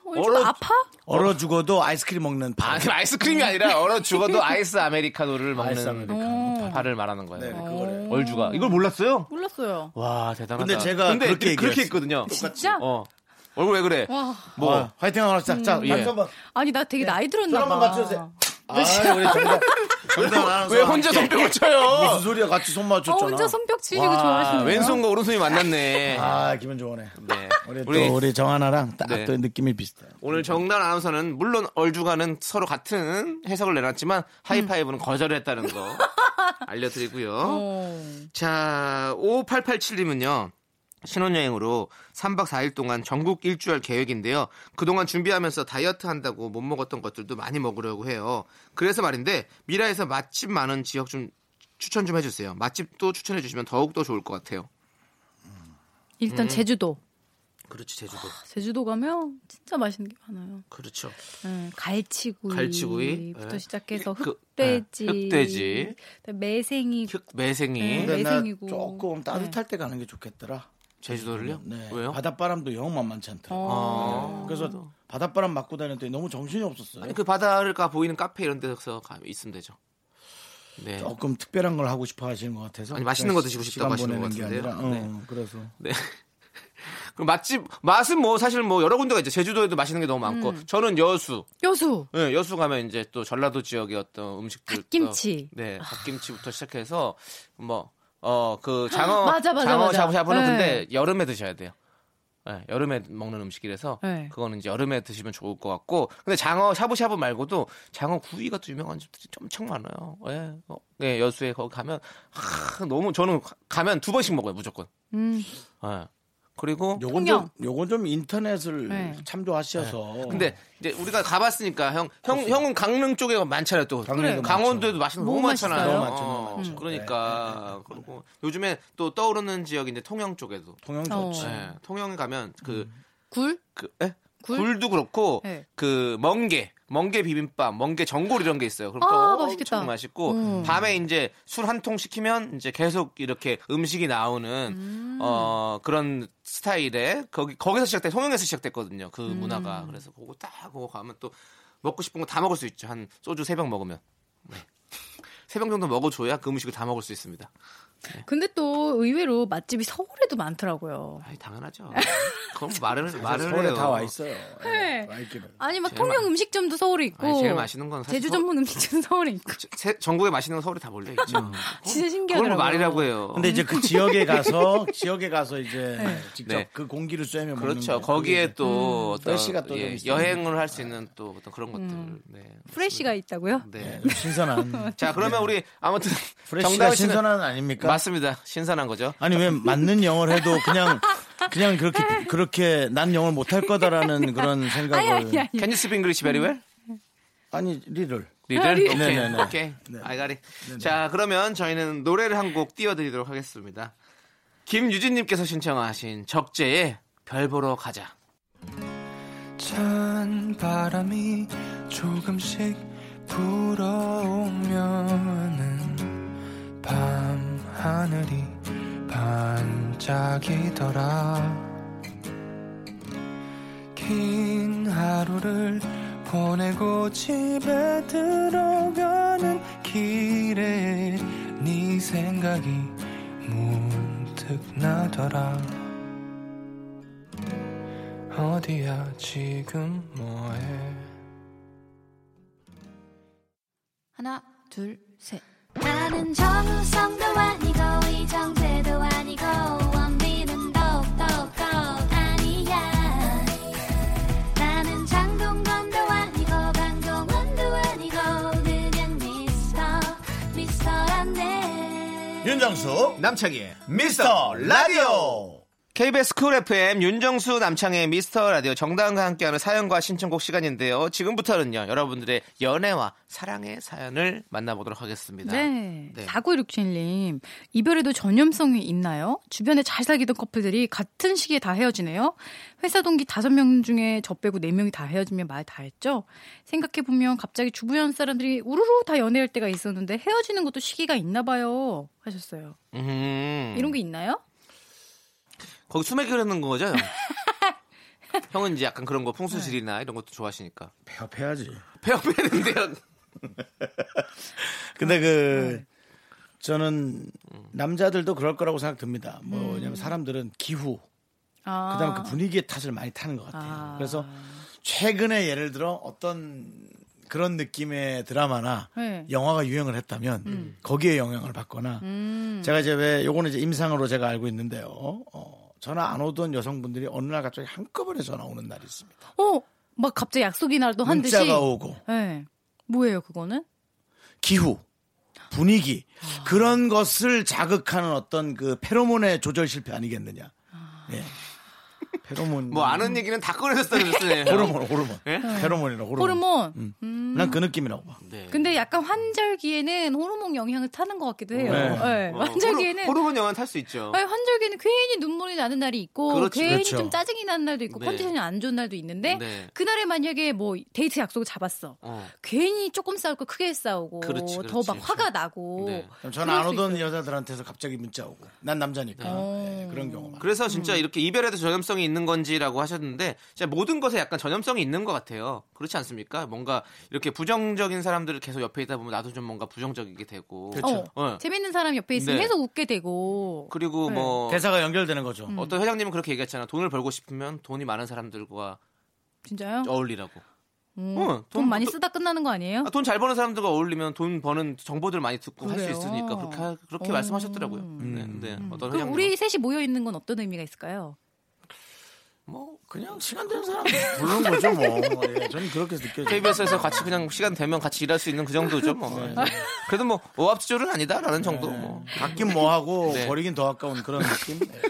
얼죽아
얼어-
아파
얼어 죽어도 아이스크림 먹는 바.
아, 그럼 아이스크림이
*laughs*
아니라 얼어 죽어도 아이스 아메리카노를 먹는
아이스 아메리카노.
어.
발을 말하는 거예요.
네, 그거래요.
얼주가 이걸 몰랐어요?
몰랐어요
와 대단하다.
근데 제가 그렇게 얘기했어요.
했거든요.
진짜
어 얼굴 왜 그래?
와
뭐
아, 화이팅 하고 합시다. 자,
음.
예.
박수 한번.
아니 나 되게 나이 들었나
손한번
봐.
맞춰주세요. 아, 우리
*laughs*
정답. 정답 아나운서.
왜 혼자 손뼉을 쳐요?
무슨 소리야? 같이 손
어,
맞췄잖아.
혼자 손뼉 치시고
와,
좋아하시네요.
왼손과 오른손이 만났네.
아, 기분 좋으네.
네.
우리,
우리
또 우리 정하나랑 딱
네.
또 느낌이 비슷해요.
오늘 정단 아나운서는 물론 얼주가는 서로 같은 해석을 내놨지만 하이파이브는 거절했다는
*laughs*
거 알려드리고요.
어.
자, 5887님은요. 신혼여행으로 3박 4일 동안 전국 일주할 계획인데요. 그동안 준비하면서 다이어트 한다고 못 먹었던 것들도 많이 먹으려고 해요. 그래서 말인데 미라에서 맛집 많은 지역 좀 추천 좀 해주세요. 맛집도 추천해 주시면 더욱더 좋을 것 같아요.
일단 제주도.
그렇지 제주도.
제주도 가면 진짜 맛있는 게 많아요.
그렇죠.
예, 갈치구이.
갈치구이.
부터
예.
시작해서
그- 예,
흑돼지.
흑돼지.
그다음에 매생이.
매생이
네.
근데 나
매생이고. 네.
조금 따뜻할 때 가는 게 좋겠더라.
제주도를요?
네.
왜요?
바닷바람도 영 만만치 않더라. 고
아.
그래서 바닷바람 맞고 다녔더니 너무 정신이 없었어요.
아니 그 바다를 가 보이는 카페 이런 데서 가 있으면 되죠. 네.
조금 특별한 걸 하고 싶어 하시는 것 같아서
아니, 맛있는 거 드시고
시간
싶다고 하시는
보내는
것
게
같은데요.
아니라, 어,
네.
그래서
네. *laughs* 그럼 맛집 맛은 뭐 사실 뭐 여러 군데가 있죠. 제주도에도 맛있는 게 너무 많고
음.
저는 여수.
여수.
예, 여수 가면 이제 또 전라도 지역의 어떤 음식들
갓김치. 아.
네, 갓김치부터 시작해서 뭐 어 그 장어
맞아, 맞아,
장어
맞아.
샤브샤브는
네.
근데 여름에 드셔야 돼요. 예, 여름에 먹는 음식이라서
네.
그거는 이제 여름에 드시면 좋을 것 같고 근데 장어 샤브샤브 말고도 장어 구이가 또 유명한 집들이 엄청 많아요. 예. 어, 네, 여수에 거기 가면 하, 너무 저는 가- 가면 두 번씩 먹어요, 무조건.
음.
예. 그리고
요건 좀
통영.
요건 좀 인터넷을
네.
참조하셔서
근데 이제 우리가 가봤으니까 형, 형 형은 강릉 쪽에 많잖아요 또
강릉에도 그래.
강원도에도 맛있는 거 너무
너무
많잖아요.
맛있어요.
너무 많죠, 너무
어,
많죠. 네,
그러니까 그리고 요즘에 또 떠오르는 지역이 이제 통영 쪽에도
통영
어.
좋지.
예, 통영 가면 그,
음.
굴.
그 에?
굴?
굴도 그렇고
네.
그 멍게 멍게 비빔밥 멍게 전골 이런 게 있어요. 그럼
아,
또
맛있겠다.
엄청 맛있고
음.
밤에 이제 술 한 통 시키면 이제 계속 이렇게 음식이 나오는 어 그런 스타일의 거기 거기서 시작돼 통영에서 시작됐거든요. 그
음.
문화가 그래서 그거 딱 그거 가면 또 먹고 싶은 거 다 먹을 수 있죠. 한 소주 세 병 먹으면. 네. 세병 정도 먹어줘야 그 음식을 다 먹을 수 있습니다. 네.
근데 또 의외로 맛집이 서울에도 많더라고요.
아이, 당연하죠. 그럼
*laughs*
말을 말을
서울에
해요.
다 와 있어요.
네.
와 있기를.
아니 막
제일
통영
맛-
음식점도 서울에 있고.
아니, 제일 맛있는 건 사실
제주
서-
전문 음식점 서울에 있고. *laughs*
제- 세- 전국에 맛있는 건 서울에 다 몰려 있죠.
음.
그걸
진짜
뭐
신기하더라고요.
말이라고 해요.
근데 이제 그 지역에 가서 지역에 가서 이제 직접
네.
그 공기를 쐬며 먹는
그렇죠.
게
거기에 또 어떤
날씨가 또좀
예,
있어요.
여행을 할 수 있는 또 어떤 그런 것들. 네.
프레쉬가 있다고요?
네.
좀 신선한
자, 그러면 우리 아무튼
네. *laughs* 프레시가
정다은 씨는
신선한 아닙니까?
맞습니다. 신선한 거죠.
아니 왜 맞는 영어를 해도 그냥 그냥 그렇게 그렇게 난 영어를 못할
*laughs*
거다라는 그런
아니
생각을
아니 아니.
Can you speak English very well?
아니, 리를
리들?
리-
오케이.
네네네. 네,
오케이. 아이가리. 자, 그러면 저희는 노래를 한 곡 띄워드리도록 하겠습니다. 김유진님께서 신청하신 적재의 별 보러 가자.
찬 바람이 조금씩 불어오면은 밤 하늘이 반짝이더라 긴 하루를 보내고 집에 들어가는 길에 네 생각이 문득 나더라 어디야 지금 뭐해
하나, 둘, 셋.
나는 정우성도 아니고 이정재도 아니고 원빈은 더욱더 아니야 나는 장동건도 아니고 강동원도 아니고 그냥 미스터 미스터란데
윤정수
남창희의
미스터 라디오
KBS 쿨 FM 윤정수 남창의 미스터 라디오 정다은과 함께하는 사연과 신청곡 시간인데요. 지금부터는요 여러분들의 연애와 사랑의 사연을 만나보도록 하겠습니다.
네.
네.
4967님, 이별에도 전염성이 있나요? 주변에 잘 살기던 커플들이 같은 시기에 다 헤어지네요? 회사 동기 5명 중에 저 빼고 4명이 다 헤어지면 말 다 했죠? 생각해보면 갑자기 주변 사람들이 우르르 다 연애할 때가 있었는데 헤어지는 것도 시기가 있나 봐요. 하셨어요.
음.
이런 게 있나요?
거기 수맥이 흐르는
*laughs*
거죠? 형은 이제 약간 그런 거
네.
풍수질이나 이런 것도 좋아하시니까
폐업해야지
폐업했는데요.
음.
근데 그 저는 남자들도 그럴 거라고 생각됩니다 뭐 왜냐면 사람들은 기후
음. 아.
그다음에 그 분위기의 탓을 많이 타는 것 같아요 그래서 최근에 예를 들어 어떤 그런 느낌의 드라마나
네. 음.
영화가 유행을 했다면 거기에 영향을 받거나 제가 이제 왜 요거는 이제 임상으로 제가 알고 있는데요 어, 전화 안 오던 여성분들이 어느 날 갑자기 한꺼번에 전화 오는 날이 있습니다
어, 막 갑자기 약속이나도 한 듯이.
문자가 오고
네. 뭐예요, 그거는?
기후, 분위기 그런 것을 자극하는 어떤 그 페로몬의 조절 실패 아니겠느냐. 예. 페로몬.
뭐 아는 예? 얘기는 다 꺼내줬다는
*laughs*
뜻이에요.
호르몬, 호르몬. 페로몬이라 호르몬.
호르몬. 음.
난 그 느낌이라고 봐.
네.
근데 약간 환절기에는 호르몬 영향을 타는 것 같기도 해요.
네.
네,
어,
환절기에는
호르- 호르몬 영화는 탈 수 있죠.
아니, 환절기에는 괜히 눈물이 나는 날이 있고
그렇지,
괜히
그렇죠.
좀 짜증이 나는 날도 있고
네.
컨디션이 안 좋은 날도 있는데
네.
그날에 만약에 뭐 데이트 약속을 잡았어.
어.
괜히 조금 싸울 거 크게 싸우고
그렇지, 그렇지,
더 막
그렇지.
화가 나고
네.
전화 안
그럴 수
오던 여자들한테서 갑자기 문자 오고. 난 남자니까. 예, 그런 경우. 많아요.
그래서
음.
진짜 이렇게 이별에도 전염성이 있는 건지라고 하셨는데 진짜 모든 것에 약간 전염성이 있는 것 같아요. 그렇지 않습니까? 뭔가 이렇게 부정적인 사람들을 계속 옆에 있다 보면 나도 좀 뭔가 부정적이게 되고.
어, 네.
어.
재밌는 사람 옆에 있으면
네.
계속 웃게 되고
그리고 뭐
대사가 연결되는 거죠.
음.
어떤 회장님은 그렇게 얘기했잖아. 돈을 벌고 싶으면 돈이 많은 사람들과
진짜요?
어울리라고.
음,
어,
돈,
돈-
많이 쓰다 끝나는 거 아니에요?
돈 잘 버는 사람들과 어울리면 돈 버는 정보들 많이 듣고 할 수
그래요.
있으니까 그렇게 하- 그렇게
어.
말씀하셨더라고요. 네, 네. 어떤 회장님
그럼 우리 셋이 모여 있는 건 어떤
*laughs*
의미가 있을까요?
뭐 그냥 시간 되는 사람 부르는 거죠 뭐. 예, 저는 그렇게 느껴져요.
KBS에서 같이 그냥 시간 되면 같이 일할 수 있는 그 정도죠 뭐. 그래도 뭐 오합지졸은 아니다라는 정도. 뭐.
갖긴 뭐하고
*laughs* 네.
버리긴 더 아까운 그런
*laughs*
느낌. 예.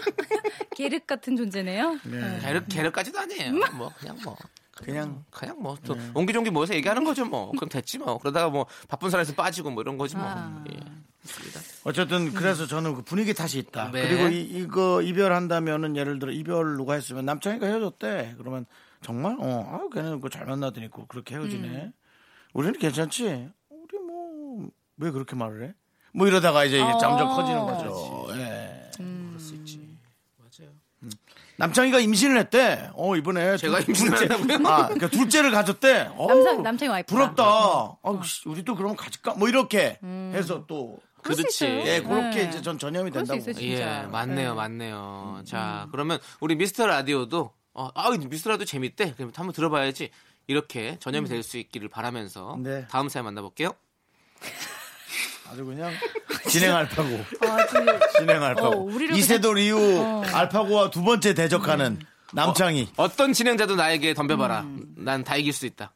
계륵 같은 존재네요.
계륵 계륵까지도 아니에요. 뭐 그냥 뭐.
그냥 네.
그냥 뭐 또 옹기종기 모여서 얘기하는 거죠 뭐 그럼 됐지 뭐 그러다가 뭐 바쁜 사람에서 빠지고 뭐 이런 거지 뭐 예.
어쨌든 그래서 저는 그 분위기 탓이 있다.
네.
그리고 이, 이거 이별한다면은 예를 들어 이별 누가 했으면 남창이가 헤어졌대. 그러면 정말 어, 아, 걔는 그잘 만나더니 그- 그렇게 헤어지네.
음.
우리는 괜찮지. 우리 뭐 왜 그렇게 말을 해? 뭐 이러다가 이제 이게 점점
아,
어.
커지는 거죠. 예.
음.
음,
음. 남창이가 임신을 했대. 어 이번에
제가
둘-
임신을
둘째-
했다고요?
아, 그러니까 둘째를 가졌대. 어,
남창- 남창이 와이프가.
부럽다. 아, 씨, 우리도 그럼 가질까? 뭐 이렇게 해서 또
*laughs* 그렇지
예, 그렇게
음. 네.
이제 전 전염이
그럴 수
된다고.
있어요, 진짜.
예 그렇죠. 맞네요 음. 맞네요 자 그러면 우리 미스터 라디오도 어, 아 미스터 라디오 재밌대 그럼 한번 들어봐야지 이렇게 전염이 될 수 있기를 바라면서
네.
다음 사연 만나볼게요
아주
*laughs*
그냥 진행 알파고.
아, 그-
진행 알파고.
우리를
이세돌 이후
어.
알파고와 두 번째 대적하는
음.
남창희.
어떤 진행자도 나에게 덤벼봐라 난 다 이길 수 있다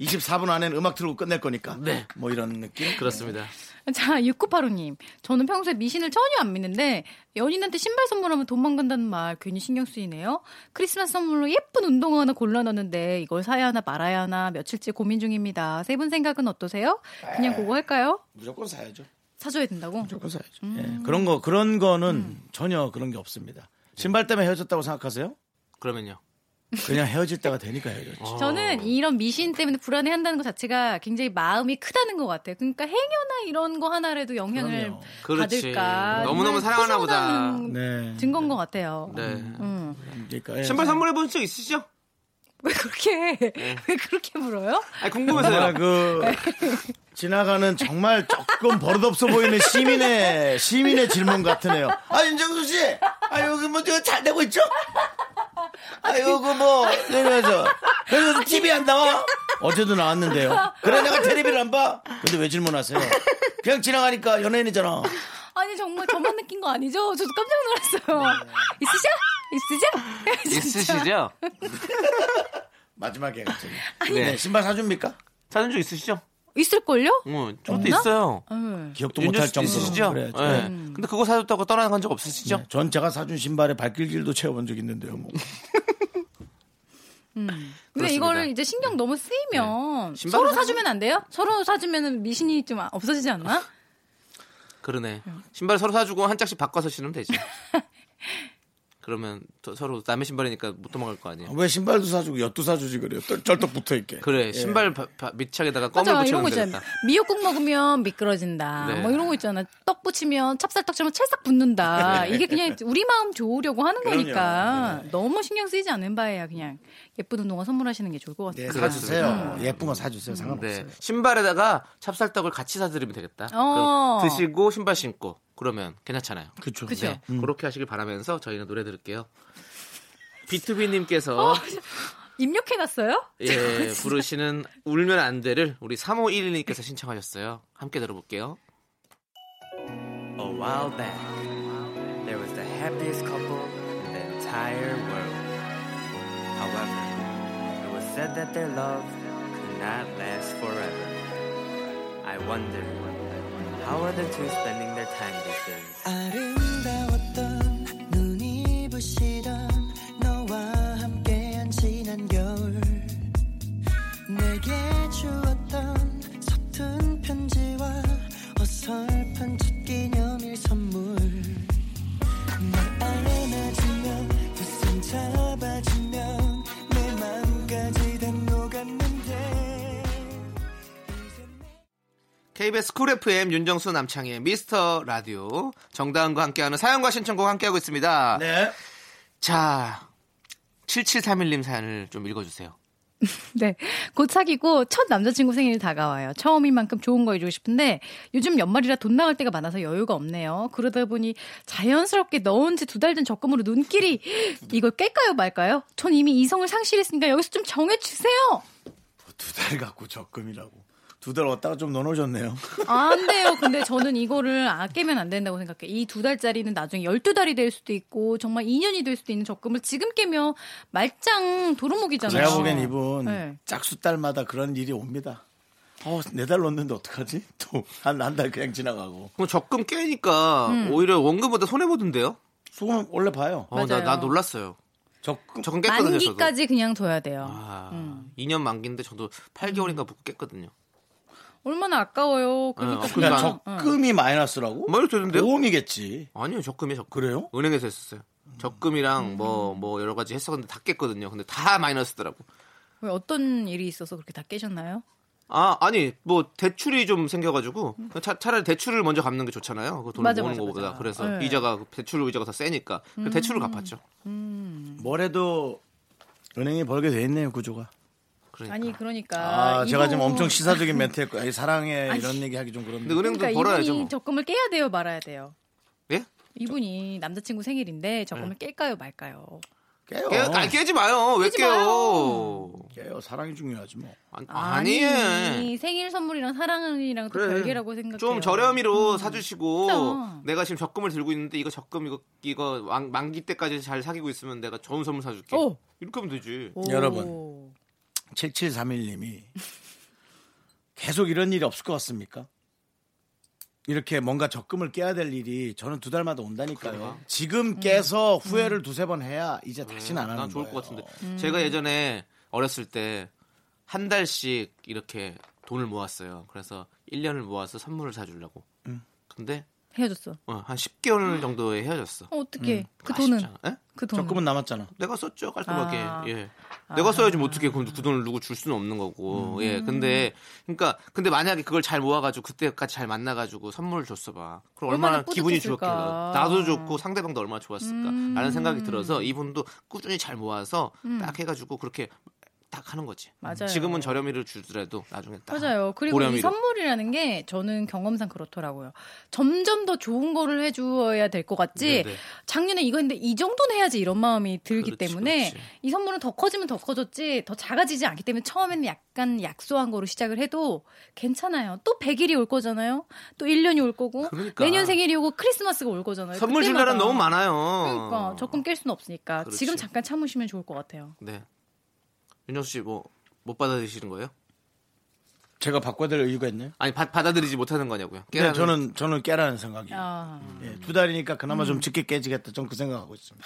24분 안에는 음악 틀고 끝낼 거니까.
네.
뭐 이런 느낌?
그렇습니다
*laughs* 자, 6985님. 저는 평소에 미신을 전혀 안 믿는데, 연인한테 신발 선물하면 도망간다는 말 괜히 신경 쓰이네요. 크리스마스 선물로 예쁜 운동화 하나 골라놨는데, 이걸 사야 하나 말아야 하나 며칠째 고민 중입니다. 세 분 생각은 어떠세요? 그냥 그거 할까요?
무조건 사야죠.
사줘야 된다고?
무조건 사야죠.
음.
예, 그런 거, 그런 거는 전혀 그런 게 없습니다. 신발 때문에 헤어졌다고 생각하세요?
그러면요
그냥 헤어질 때가 되니까 헤어졌지.
저는 이런 미신 때문에 불안해한다는 것 자체가 굉장히 마음이 크다는 것 같아요. 그러니까 행여나 이런 거 하나라도 영향을
그럼요.
그렇지
받을까. 네,
너무너무
정말
사랑하나 보다
소중한
네.
증거인 것 같아요.
네
음.
그러니까 예.
신발 선물해 본 적 있으시죠?
*laughs* 왜 그렇게
네.
왜 그렇게 물어요?
아
정말
궁금해서요.
그 지나가는 정말 조금 버릇없어 보이는 시민의 시민의 질문 같으네요. 아 윤정수 씨, 아 여기 뭐 제가 잘 되고 있죠? 아 이거 뭐 그래서 그래서 TV 안 나와? 어제도 나왔는데요. 그래 내가 테레비를 안 봐. 근데 왜 질문하세요? 그냥 지나가니까 연예인이잖아.
아니 정말 저만 느낀 거 아니죠? 저도 깜짝 놀랐어요. 있으셔? *laughs* 있으셔?
*laughs* 네. 있으시죠?
마지막에 갑자기.
네.
네, 신발 사줍니까?
사는 적 있으시죠?
있을걸요? 네.
어, 저도 있어요.
응.
기억도
윤정
못할
씨도
정도로.
있으시죠?
그래, 저-
네.
음.
근데 그거 사줬다고 떠나간 적 없으시죠?
네, 전 제가 사준 신발에 발길질도 채워본 적 있는데요. 뭐.
근데
그렇습니다.
이거를 이제 신경 너무 쓰이면
네.
서로
신발은
사주면 안 돼요? 서로 사주면 미신이 좀 없어지지 않나? 음.
그러네. 신발 서로 사주고 한 짝씩 바꿔서 신으면
*laughs*
되죠. 그러면 더- 서로 남의 신발이니까 못 도망갈 거
어,
아니에요.
왜 신발도 사주고 엿도 사주지 그래요? 떨- 쩔떡 붙어 있게. 예.
그래, 신발 바- 바- 밑창에다가 껌을
예. 맞아 이런
붙여놓으면
거 있잖아.
되겠다.
미역국 먹으면 미끄러진다.
네.
뭐 이런 거 있잖아. 떡 부치면 찹쌀떡처럼 찰싹 붙는다.
네.
이게 그냥 우리 마음 좋으려고 하는
그럼요.
거니까 너무 신경 쓰이지 않는 바에야 그냥 예쁜 운동화 선물하시는 게 좋을 것 같아요.
네,
그렇죠.
사주세요. 예쁜 거 사주세요. 상관없어요.
네. 신발에다가 찹쌀떡을 같이 사드리면 되겠다.
어.
그럼 드시고 신발 신고 그러면 괜찮잖아요.
그렇죠.
그죠?
네. 그렇게 하시길 바라면서 저희는 노래 들을게요. 비투비님께서
입력해놨어요? *laughs*
예, 부르시는 울면 안 돼를 우리 3511님께서 신청하셨어요. 함께 들어볼게요.
A while back, there was the happiest couple in the entire world. However, it was said that their love could not last forever. I wonder, how are the two spending their time these days?
아름다웠던 눈이 부시던 너와 함께한 지난 겨울 내게 주었던 서툰 편지와 어설픈 첫 기념일 선물 날 안아주면 두 손 잡아주면 내 맘까지 다 녹았는데
KBS 쿨 FM 윤정수 남창희의 미스터 라디오 정다은과 함께하는 사연과 신청곡 함께하고 있습니다.
네.
자, 7731님 사연을 좀 읽어주세요.
네. 곧 사귀고 첫 남자친구 생일이 다가와요. 처음인 만큼 좋은 거 해주고 싶은데 요즘 연말이라 돈 나갈 때가 많아서 여유가 없네요. 그러다 보니 자연스럽게 넣은 지 두 달 된 적금으로 눈길이 이걸 깰까요 말까요? 전 이미 이성을 상실했으니까 여기서 좀 정해주세요!
두 달 갖고 적금이라고. 두 달 왔다가 좀 넣어놓으셨네요.
그렇죠. 안 돼요. 근데 저는 이거를 아, 깨면 안 된다고 생각해요. 이 두 달짜리는 나중에 12달이 될 수도 있고 정말 2년이 될 수도 있는 적금을 지금 깨면 말짱 도루묵이잖아요.
제가 보기엔 이분
네.
짝수 딸마다 그런 일이 옵니다. 어, 네 달 넣었는데 어떡하지? 또 한 한 달 그냥 지나가고.
그럼 뭐 적금 깨니까 오히려 원금보다 손해보던데요?
소금 원래 봐요.
어, 나,
맞아요.
나 놀랐어요.
적금
적금 깼거든요. 저도.
만기까지 음. 그냥 둬야 돼요.
아, 2년 만기인데 저도
음.
8개월인가 붓고 깼거든요.
얼마나 아까워요.
어,
그러니까
그러니까
그냥
그러니까 적금이 마이너스라고?
뭐 이렇게 되던데요?
보험이겠지.
아니요, 적금이요, 적금.
그래요?
은행에서 했었어요. 적금이랑 뭐
음.
뭐 여러 가지 했었는데 다 깼거든요. 근데 다 마이너스더라고.
왜 어떤 일이 있어서 그렇게 다 깨셨나요?
아 아니 뭐 대출이 좀 생겨가지고 그 차, 차라리 대출을 먼저 갚는 게 좋잖아요. 그 돈을
음. 맞아,
모으는
맞아,
것보다
맞아.
그래서
네. 음.
이자가 대출 이자가 더 세니까 그 대출을 갚았죠.
뭐래도 은행이 벌게 돼 있네요 구조가.
그러니까.
아니 뭐. 그러니까
아, 제가
이분이-
지금 엄청
*laughs*
시사적인 멘트했고 아니, 사랑해 이런 얘기하기 좀 그런데.
근데 은행도
그러니까
벌어야죠.
이분이
뭐.
적금을 깨야 돼요, 말아야 돼요.
예?
이분이 남자친구 생일인데 적금을
네.
깰까요, 말까요?
깨요.
깨, 아니, 깨지 마요. 왜
깨지
깨요?
마요.
깨요. 사랑이 중요하지 뭐.
아, 니에
아니, 생일 선물이랑 사랑이랑 또 별개라고 생각해요. 음.
좀 저렴이로 사주시고
진짜.
내가 지금 적금을 들고 있는데 이거 적금 이거 이거 왕- 만기 때까지 잘 사귀고 있으면 내가 좋은 선물 사줄게.
오.
이렇게 하면 되지.
오.
여러분. 7731님이 계속 이런 일이 없을 것 같습니까? 이렇게 뭔가 적금을 깨야 될 일이 저는 두 달마다 온다니까요.
그래요?
지금 깨서 후회를 두세 번 해야 이제 다시는 안 하는
네, 난 좋을
거예요.
것 같은데.
음.
제가 예전에 어렸을 때 한 달씩 이렇게 돈을 모았어요. 그래서 1년을 모아서 선물을 사주려고.
음.
근데
헤어졌어.
어, 한 10개월 정도에 헤어졌어.
어, 어떻게? 그
음.
돈은
아쉽잖아. 예?
그 돈은
적금은 남았잖아.
내가 썼죠 깔끔하게
아. 음.
예 내가 써야지 뭐 어떻게 그럼 그 돈을 누구 줄 수는 없는 거고 예 근데 그러니까 근데 만약에 그걸 잘 모아가지고 그때까지 잘 만나가지고 선물을 줬어봐 그럼 얼마나,
얼마나
기분이
뿌듯했을까.
좋았겠나 나도 좋고 상대방도 얼마나
음.
좋았을까라는 생각이 들어서 이분도 꾸준히 잘 모아서 딱 해가지고 그렇게 딱 하는 거지. 음.
맞아요.
지금은 저렴이를 주더라도 나중에 딱
맞아요. 그리고 이
고렴이로.
선물이라는 게 저는 경험상 그렇더라고요. 점점 더 좋은 거를 해주어야 될 것 같지.
네네.
작년에 이거 했는데 이 정도는 해야지 이런 마음이 들기
그렇지,
때문에
그렇지.
이 선물은 더 커지면 더 커졌지 더 작아지지 않기 때문에 처음에는 약간 약소한 거로 시작을 해도 괜찮아요. 또 100일이 올 거잖아요. 또 1년이 올 거고
그러니까.
내년 생일이 오고 크리스마스가 올 거잖아요.
선물 줄
그때마다.
날은 너무 많아요.
그러니까 적금 깰 수는 없으니까
그렇지.
지금 잠깐 참으시면 좋을 것 같아요.
네. 윤정수 씨 뭐 못 받아들이시는 거예요?
제가 바꿔야 될 이유가 있나요?
아니 받, 받아들이지 못하는 거냐고요?
네,
깨라는-
저는 저는 깨라는 생각이에요.
아.
예, 두 달이니까 그나마 좀 짙게 깨지겠다. 좀 그 생각하고 있습니다.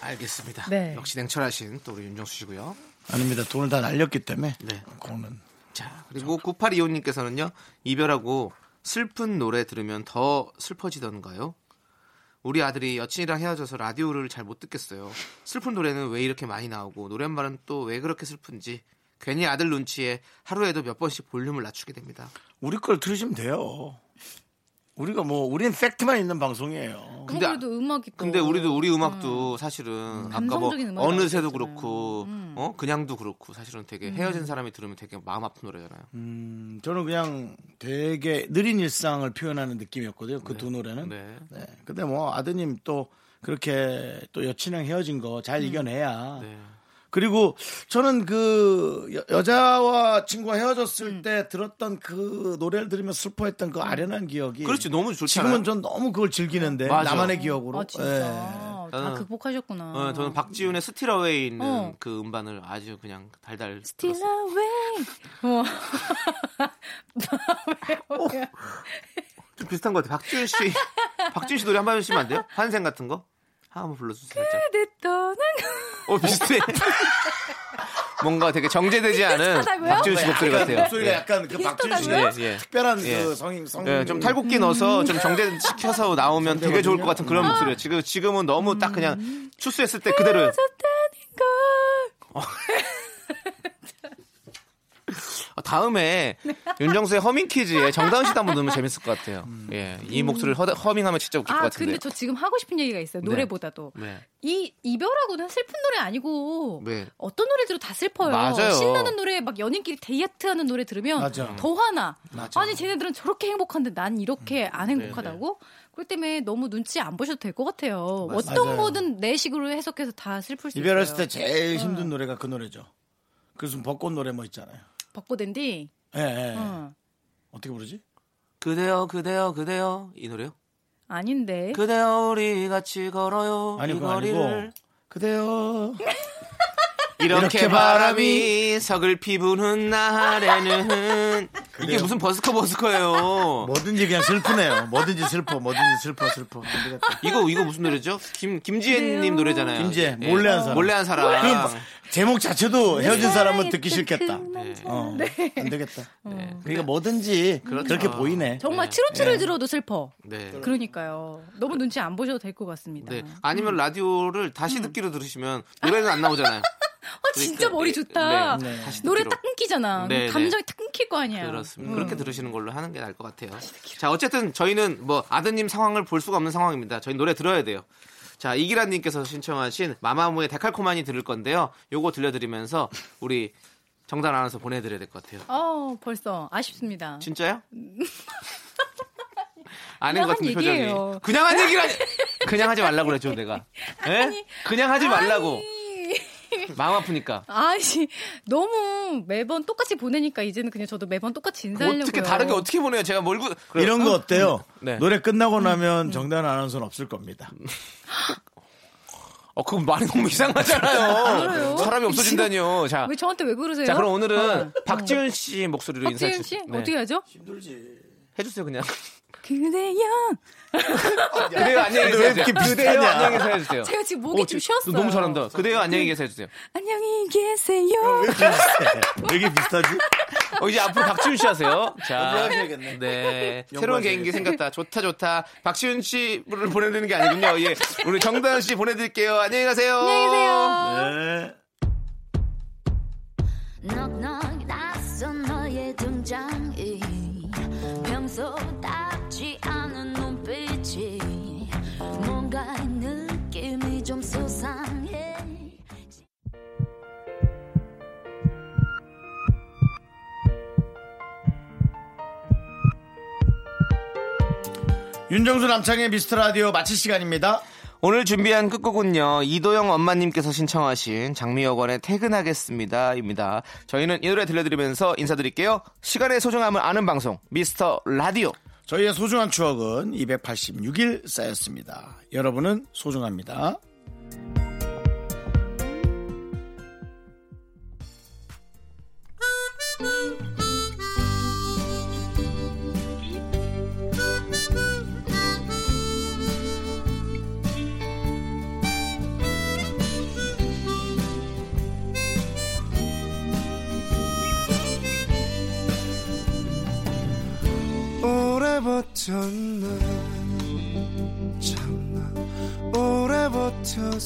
알겠습니다.
네.
역시 냉철하신 또 우리 윤정수 씨고요.
아닙니다. 돈을 다 날렸기 때문에
네.
그거는
자 그리고 9825님께서는요 이별하고 슬픈 노래 들으면 더 슬퍼지던가요? 우리 아들이 여친이랑 헤어져서 라디오를 잘 못 듣겠어요. 슬픈 노래는 왜 이렇게 많이 나오고 노랫말은 또 왜 그렇게 슬픈지 괜히 아들 눈치에 하루에도 몇 번씩 볼륨을 낮추게 됩니다.
우리 걸 들으시면 돼요. 우리가 뭐 우린 팩트만 있는 방송이에요.
근데
근데
아-
그래도 음악이 또-
근데 우리도 우리 음악도 사실은 아까 뭐
감성적인 어. 음악이
어느새도
나오고 있잖아요. 음.
그렇고 어 그냥도 그렇고 사실은 되게 헤어진 사람이 들으면 되게 마음 아픈 노래잖아요.
음, 저는 그냥 되게 느린 일상을 표현하는 느낌이었거든요. 그 두 노래는.
네.
네. 근데 뭐 아드님 또 그렇게 또 여친이랑 헤어진 거 잘 이겨내야.
음. 네.
그리고 저는 그 여, 여자와 친구가 헤어졌을
음.
때 들었던 그 노래를 들으면 슬퍼했던 그 아련한 기억이
그렇지 너무 좋잖아요.
지금은 전 너무 그걸 즐기는데
맞아.
나만의 기억으로.
아 진짜
예.
다
나는-
극복하셨구나.
어, 네. 아. 저는 박지훈의 스틸어웨이 있는
어.
그 음반을 아주 그냥 달달.
Still
들었어요.
away. 어. 왜요? 왜요?
좀 비슷한 것 같아요. 박지훈
*laughs*
씨, 박지훈 씨 노래 한번 해주시면 안 돼요? 환생 같은 거? 아, 한번 불러주세요. 살짝.
내 떠난 음.
어
*laughs*
비슷해. 뭔가 되게 정제되지 않은
비슷하다고요? 네.
박지훈 씨 목소리 같아요.
목소리가
예.
약간 그 박준 씨의
비슷하다고요?
예, 예.
특별한
예.
그 성인 성.
예, 좀 탈곡기 넣어서 좀 정제시켜서 나오면 되게 좋을 것 같은 그런 목소리예요. 지금 지금은 너무 딱 그냥 추스했을 때 그대로.
졌다는 걸.
어, 다음에 윤정수의 허밍키즈에 정다은 씨도 한번 넣으면 재밌을 것 같아요. 예, 이 목소리를 허, 허밍하면 진짜 웃길 것
아
같은데.
근데 저 지금 하고 싶은 얘기가 있어요.
네.
노래보다도
네.
이 이별하고는 슬픈 노래 아니고
네.
어떤 노래들도 다 슬퍼요.
맞아요.
신나는 노래 막 연인끼리 데이트하는 노래 들으면
맞아.
더 화나. 아니 쟤네들은 저렇게 행복한데 난 이렇게
음.
안 행복하다고? 그렇기 때문에 너무 눈치 안 보셔도 될 것 같아요. 어떤
맞아요.
거든 내 식으로 해석해서 다 슬플 수
이별했을
있어요.
때
예.
제일 힘든 노래가 그 노래죠. 그래서 벚꽃 노래 뭐 있잖아요.
벚꽃 엔딩.
예, 예.
어.
어떻게 부르지?
그대여 그대여 그대요 이 노래요?
아닌데.
그대여 우리 같이 걸어요
아니
이
그거 아니고
거리를
그대요.
이렇게
이렇게
바람이 서글피 부는 날에는 이게 무슨 버스커 버스커예요
뭐든지 그냥 슬프네요. 뭐든지 슬퍼, 뭐든지 슬퍼, 슬퍼. 안 되겠다.
이거 이거 무슨 노래죠? 김 김지혜님 노래잖아요.
김지혜,
예.
몰래 한 사람.
몰래 한 사람.
그 제목 자체도
네,
헤어진 사람은
그
듣기 싫겠다.
예.
어, 안 되겠다. *laughs*
네.
어.
그렇죠.
그러니까 뭐든지 그렇게 보이네.
정말 트로트를 들어도 슬퍼.
네.
그러니까요. 너무 눈치 안 보셔도 될 것 같습니다.
네.
음.
아니면 라디오를 다시 듣기로 들으시면 노래는 안 나오잖아요. 그러니까 예.
아, 음. *laughs* 진짜 머리 좋다.
네. 네. 다시
노래
듣기로.
딱 음. 끊기잖아.
네, 네.
감정이 딱 끊길 거 아니야.
그렇습니다. 그렇게 들으시는 걸로 하는 게 나을 것 같아요. 자, 어쨌든 저희는 뭐 아드님 상황을 볼 수가 없는 상황입니다. 저희 노래 들어야 돼요. 자, 이기란님께서 신청하신 마마무의 데칼코마니 들을 건데요. 요거 들려드리면서 우리 정단 아나운서 보내드려야 될 것 같아요.
어, 벌써 아쉽습니다. *laughs*
진짜요? 아닌 것
그냥 한
같은 표정이.
얘기예요.
그냥 한 얘기라니.
*laughs*
그냥 하지 말라고 그랬죠, 내가. 예? 그냥 하지 말라고. 마음 아프니까.
아니 *laughs* 너무 매번 똑같이 보내니까 이제는 그냥 저도 매번 똑같이 인사하려고
어떻게 다르게 어떻게 보내요? 제가 몰고
이런 거 어때요?
그 네. 음.
노래 끝나고 나면 정단 아나운서는 없을 겁니다. *laughs*
어, 그건 말이 너무
*laughs*
이상하잖아요.
그래요?
사람이 없어진다니요. 자,
왜 저한테 왜 그러세요?
자 그럼 오늘은
어.
박지훈 씨 목소리로 인사해
박지윤
주세요. 네.
씨 어떻게 하죠?
해주세요 그냥.
그대여
그대요 안녕히 계세요.
이렇게
그대요
비슷하냐?
안녕히 계세요 해주세요.
제가 지금 목이 좀 쉬었어요.
너무 잘한다. 아, 그대요 안녕히 계세요 해주세요.
안녕히 계세요.
왜 이렇게 네. 비슷하지?
어, 이제 앞으로 박지훈 씨 하세요.
어,
자,
연구하셔야겠네. *laughs*
네. 새로운 개인기 생겼다. 좋다, 좋다. 박지훈 씨를 보내드리는 게 아니군요. 예. 우리 정다은 씨 보내드릴게요. 안녕히 가세요.
안녕히 계세요.
네.
넉넉 낯선 너의 등장이 평소답지 않은 눈빛이 뭔가 느낌이 좀 수상해
윤정수 남창의 미스터 라디오 마칠 시간입니다.
오늘 준비한 끝곡은요 이도영 엄마님께서 신청하신 장미여관의 퇴근하겠습니다입니다. 저희는 이 노래 들려드리면서 인사드릴게요. 시간의 소중함을 아는 방송 미스터 라디오.
저희의 소중한 추억은 286일 쌓였습니다. 여러분은 소중합니다.
오래 버텼네 참나 오래 버텼어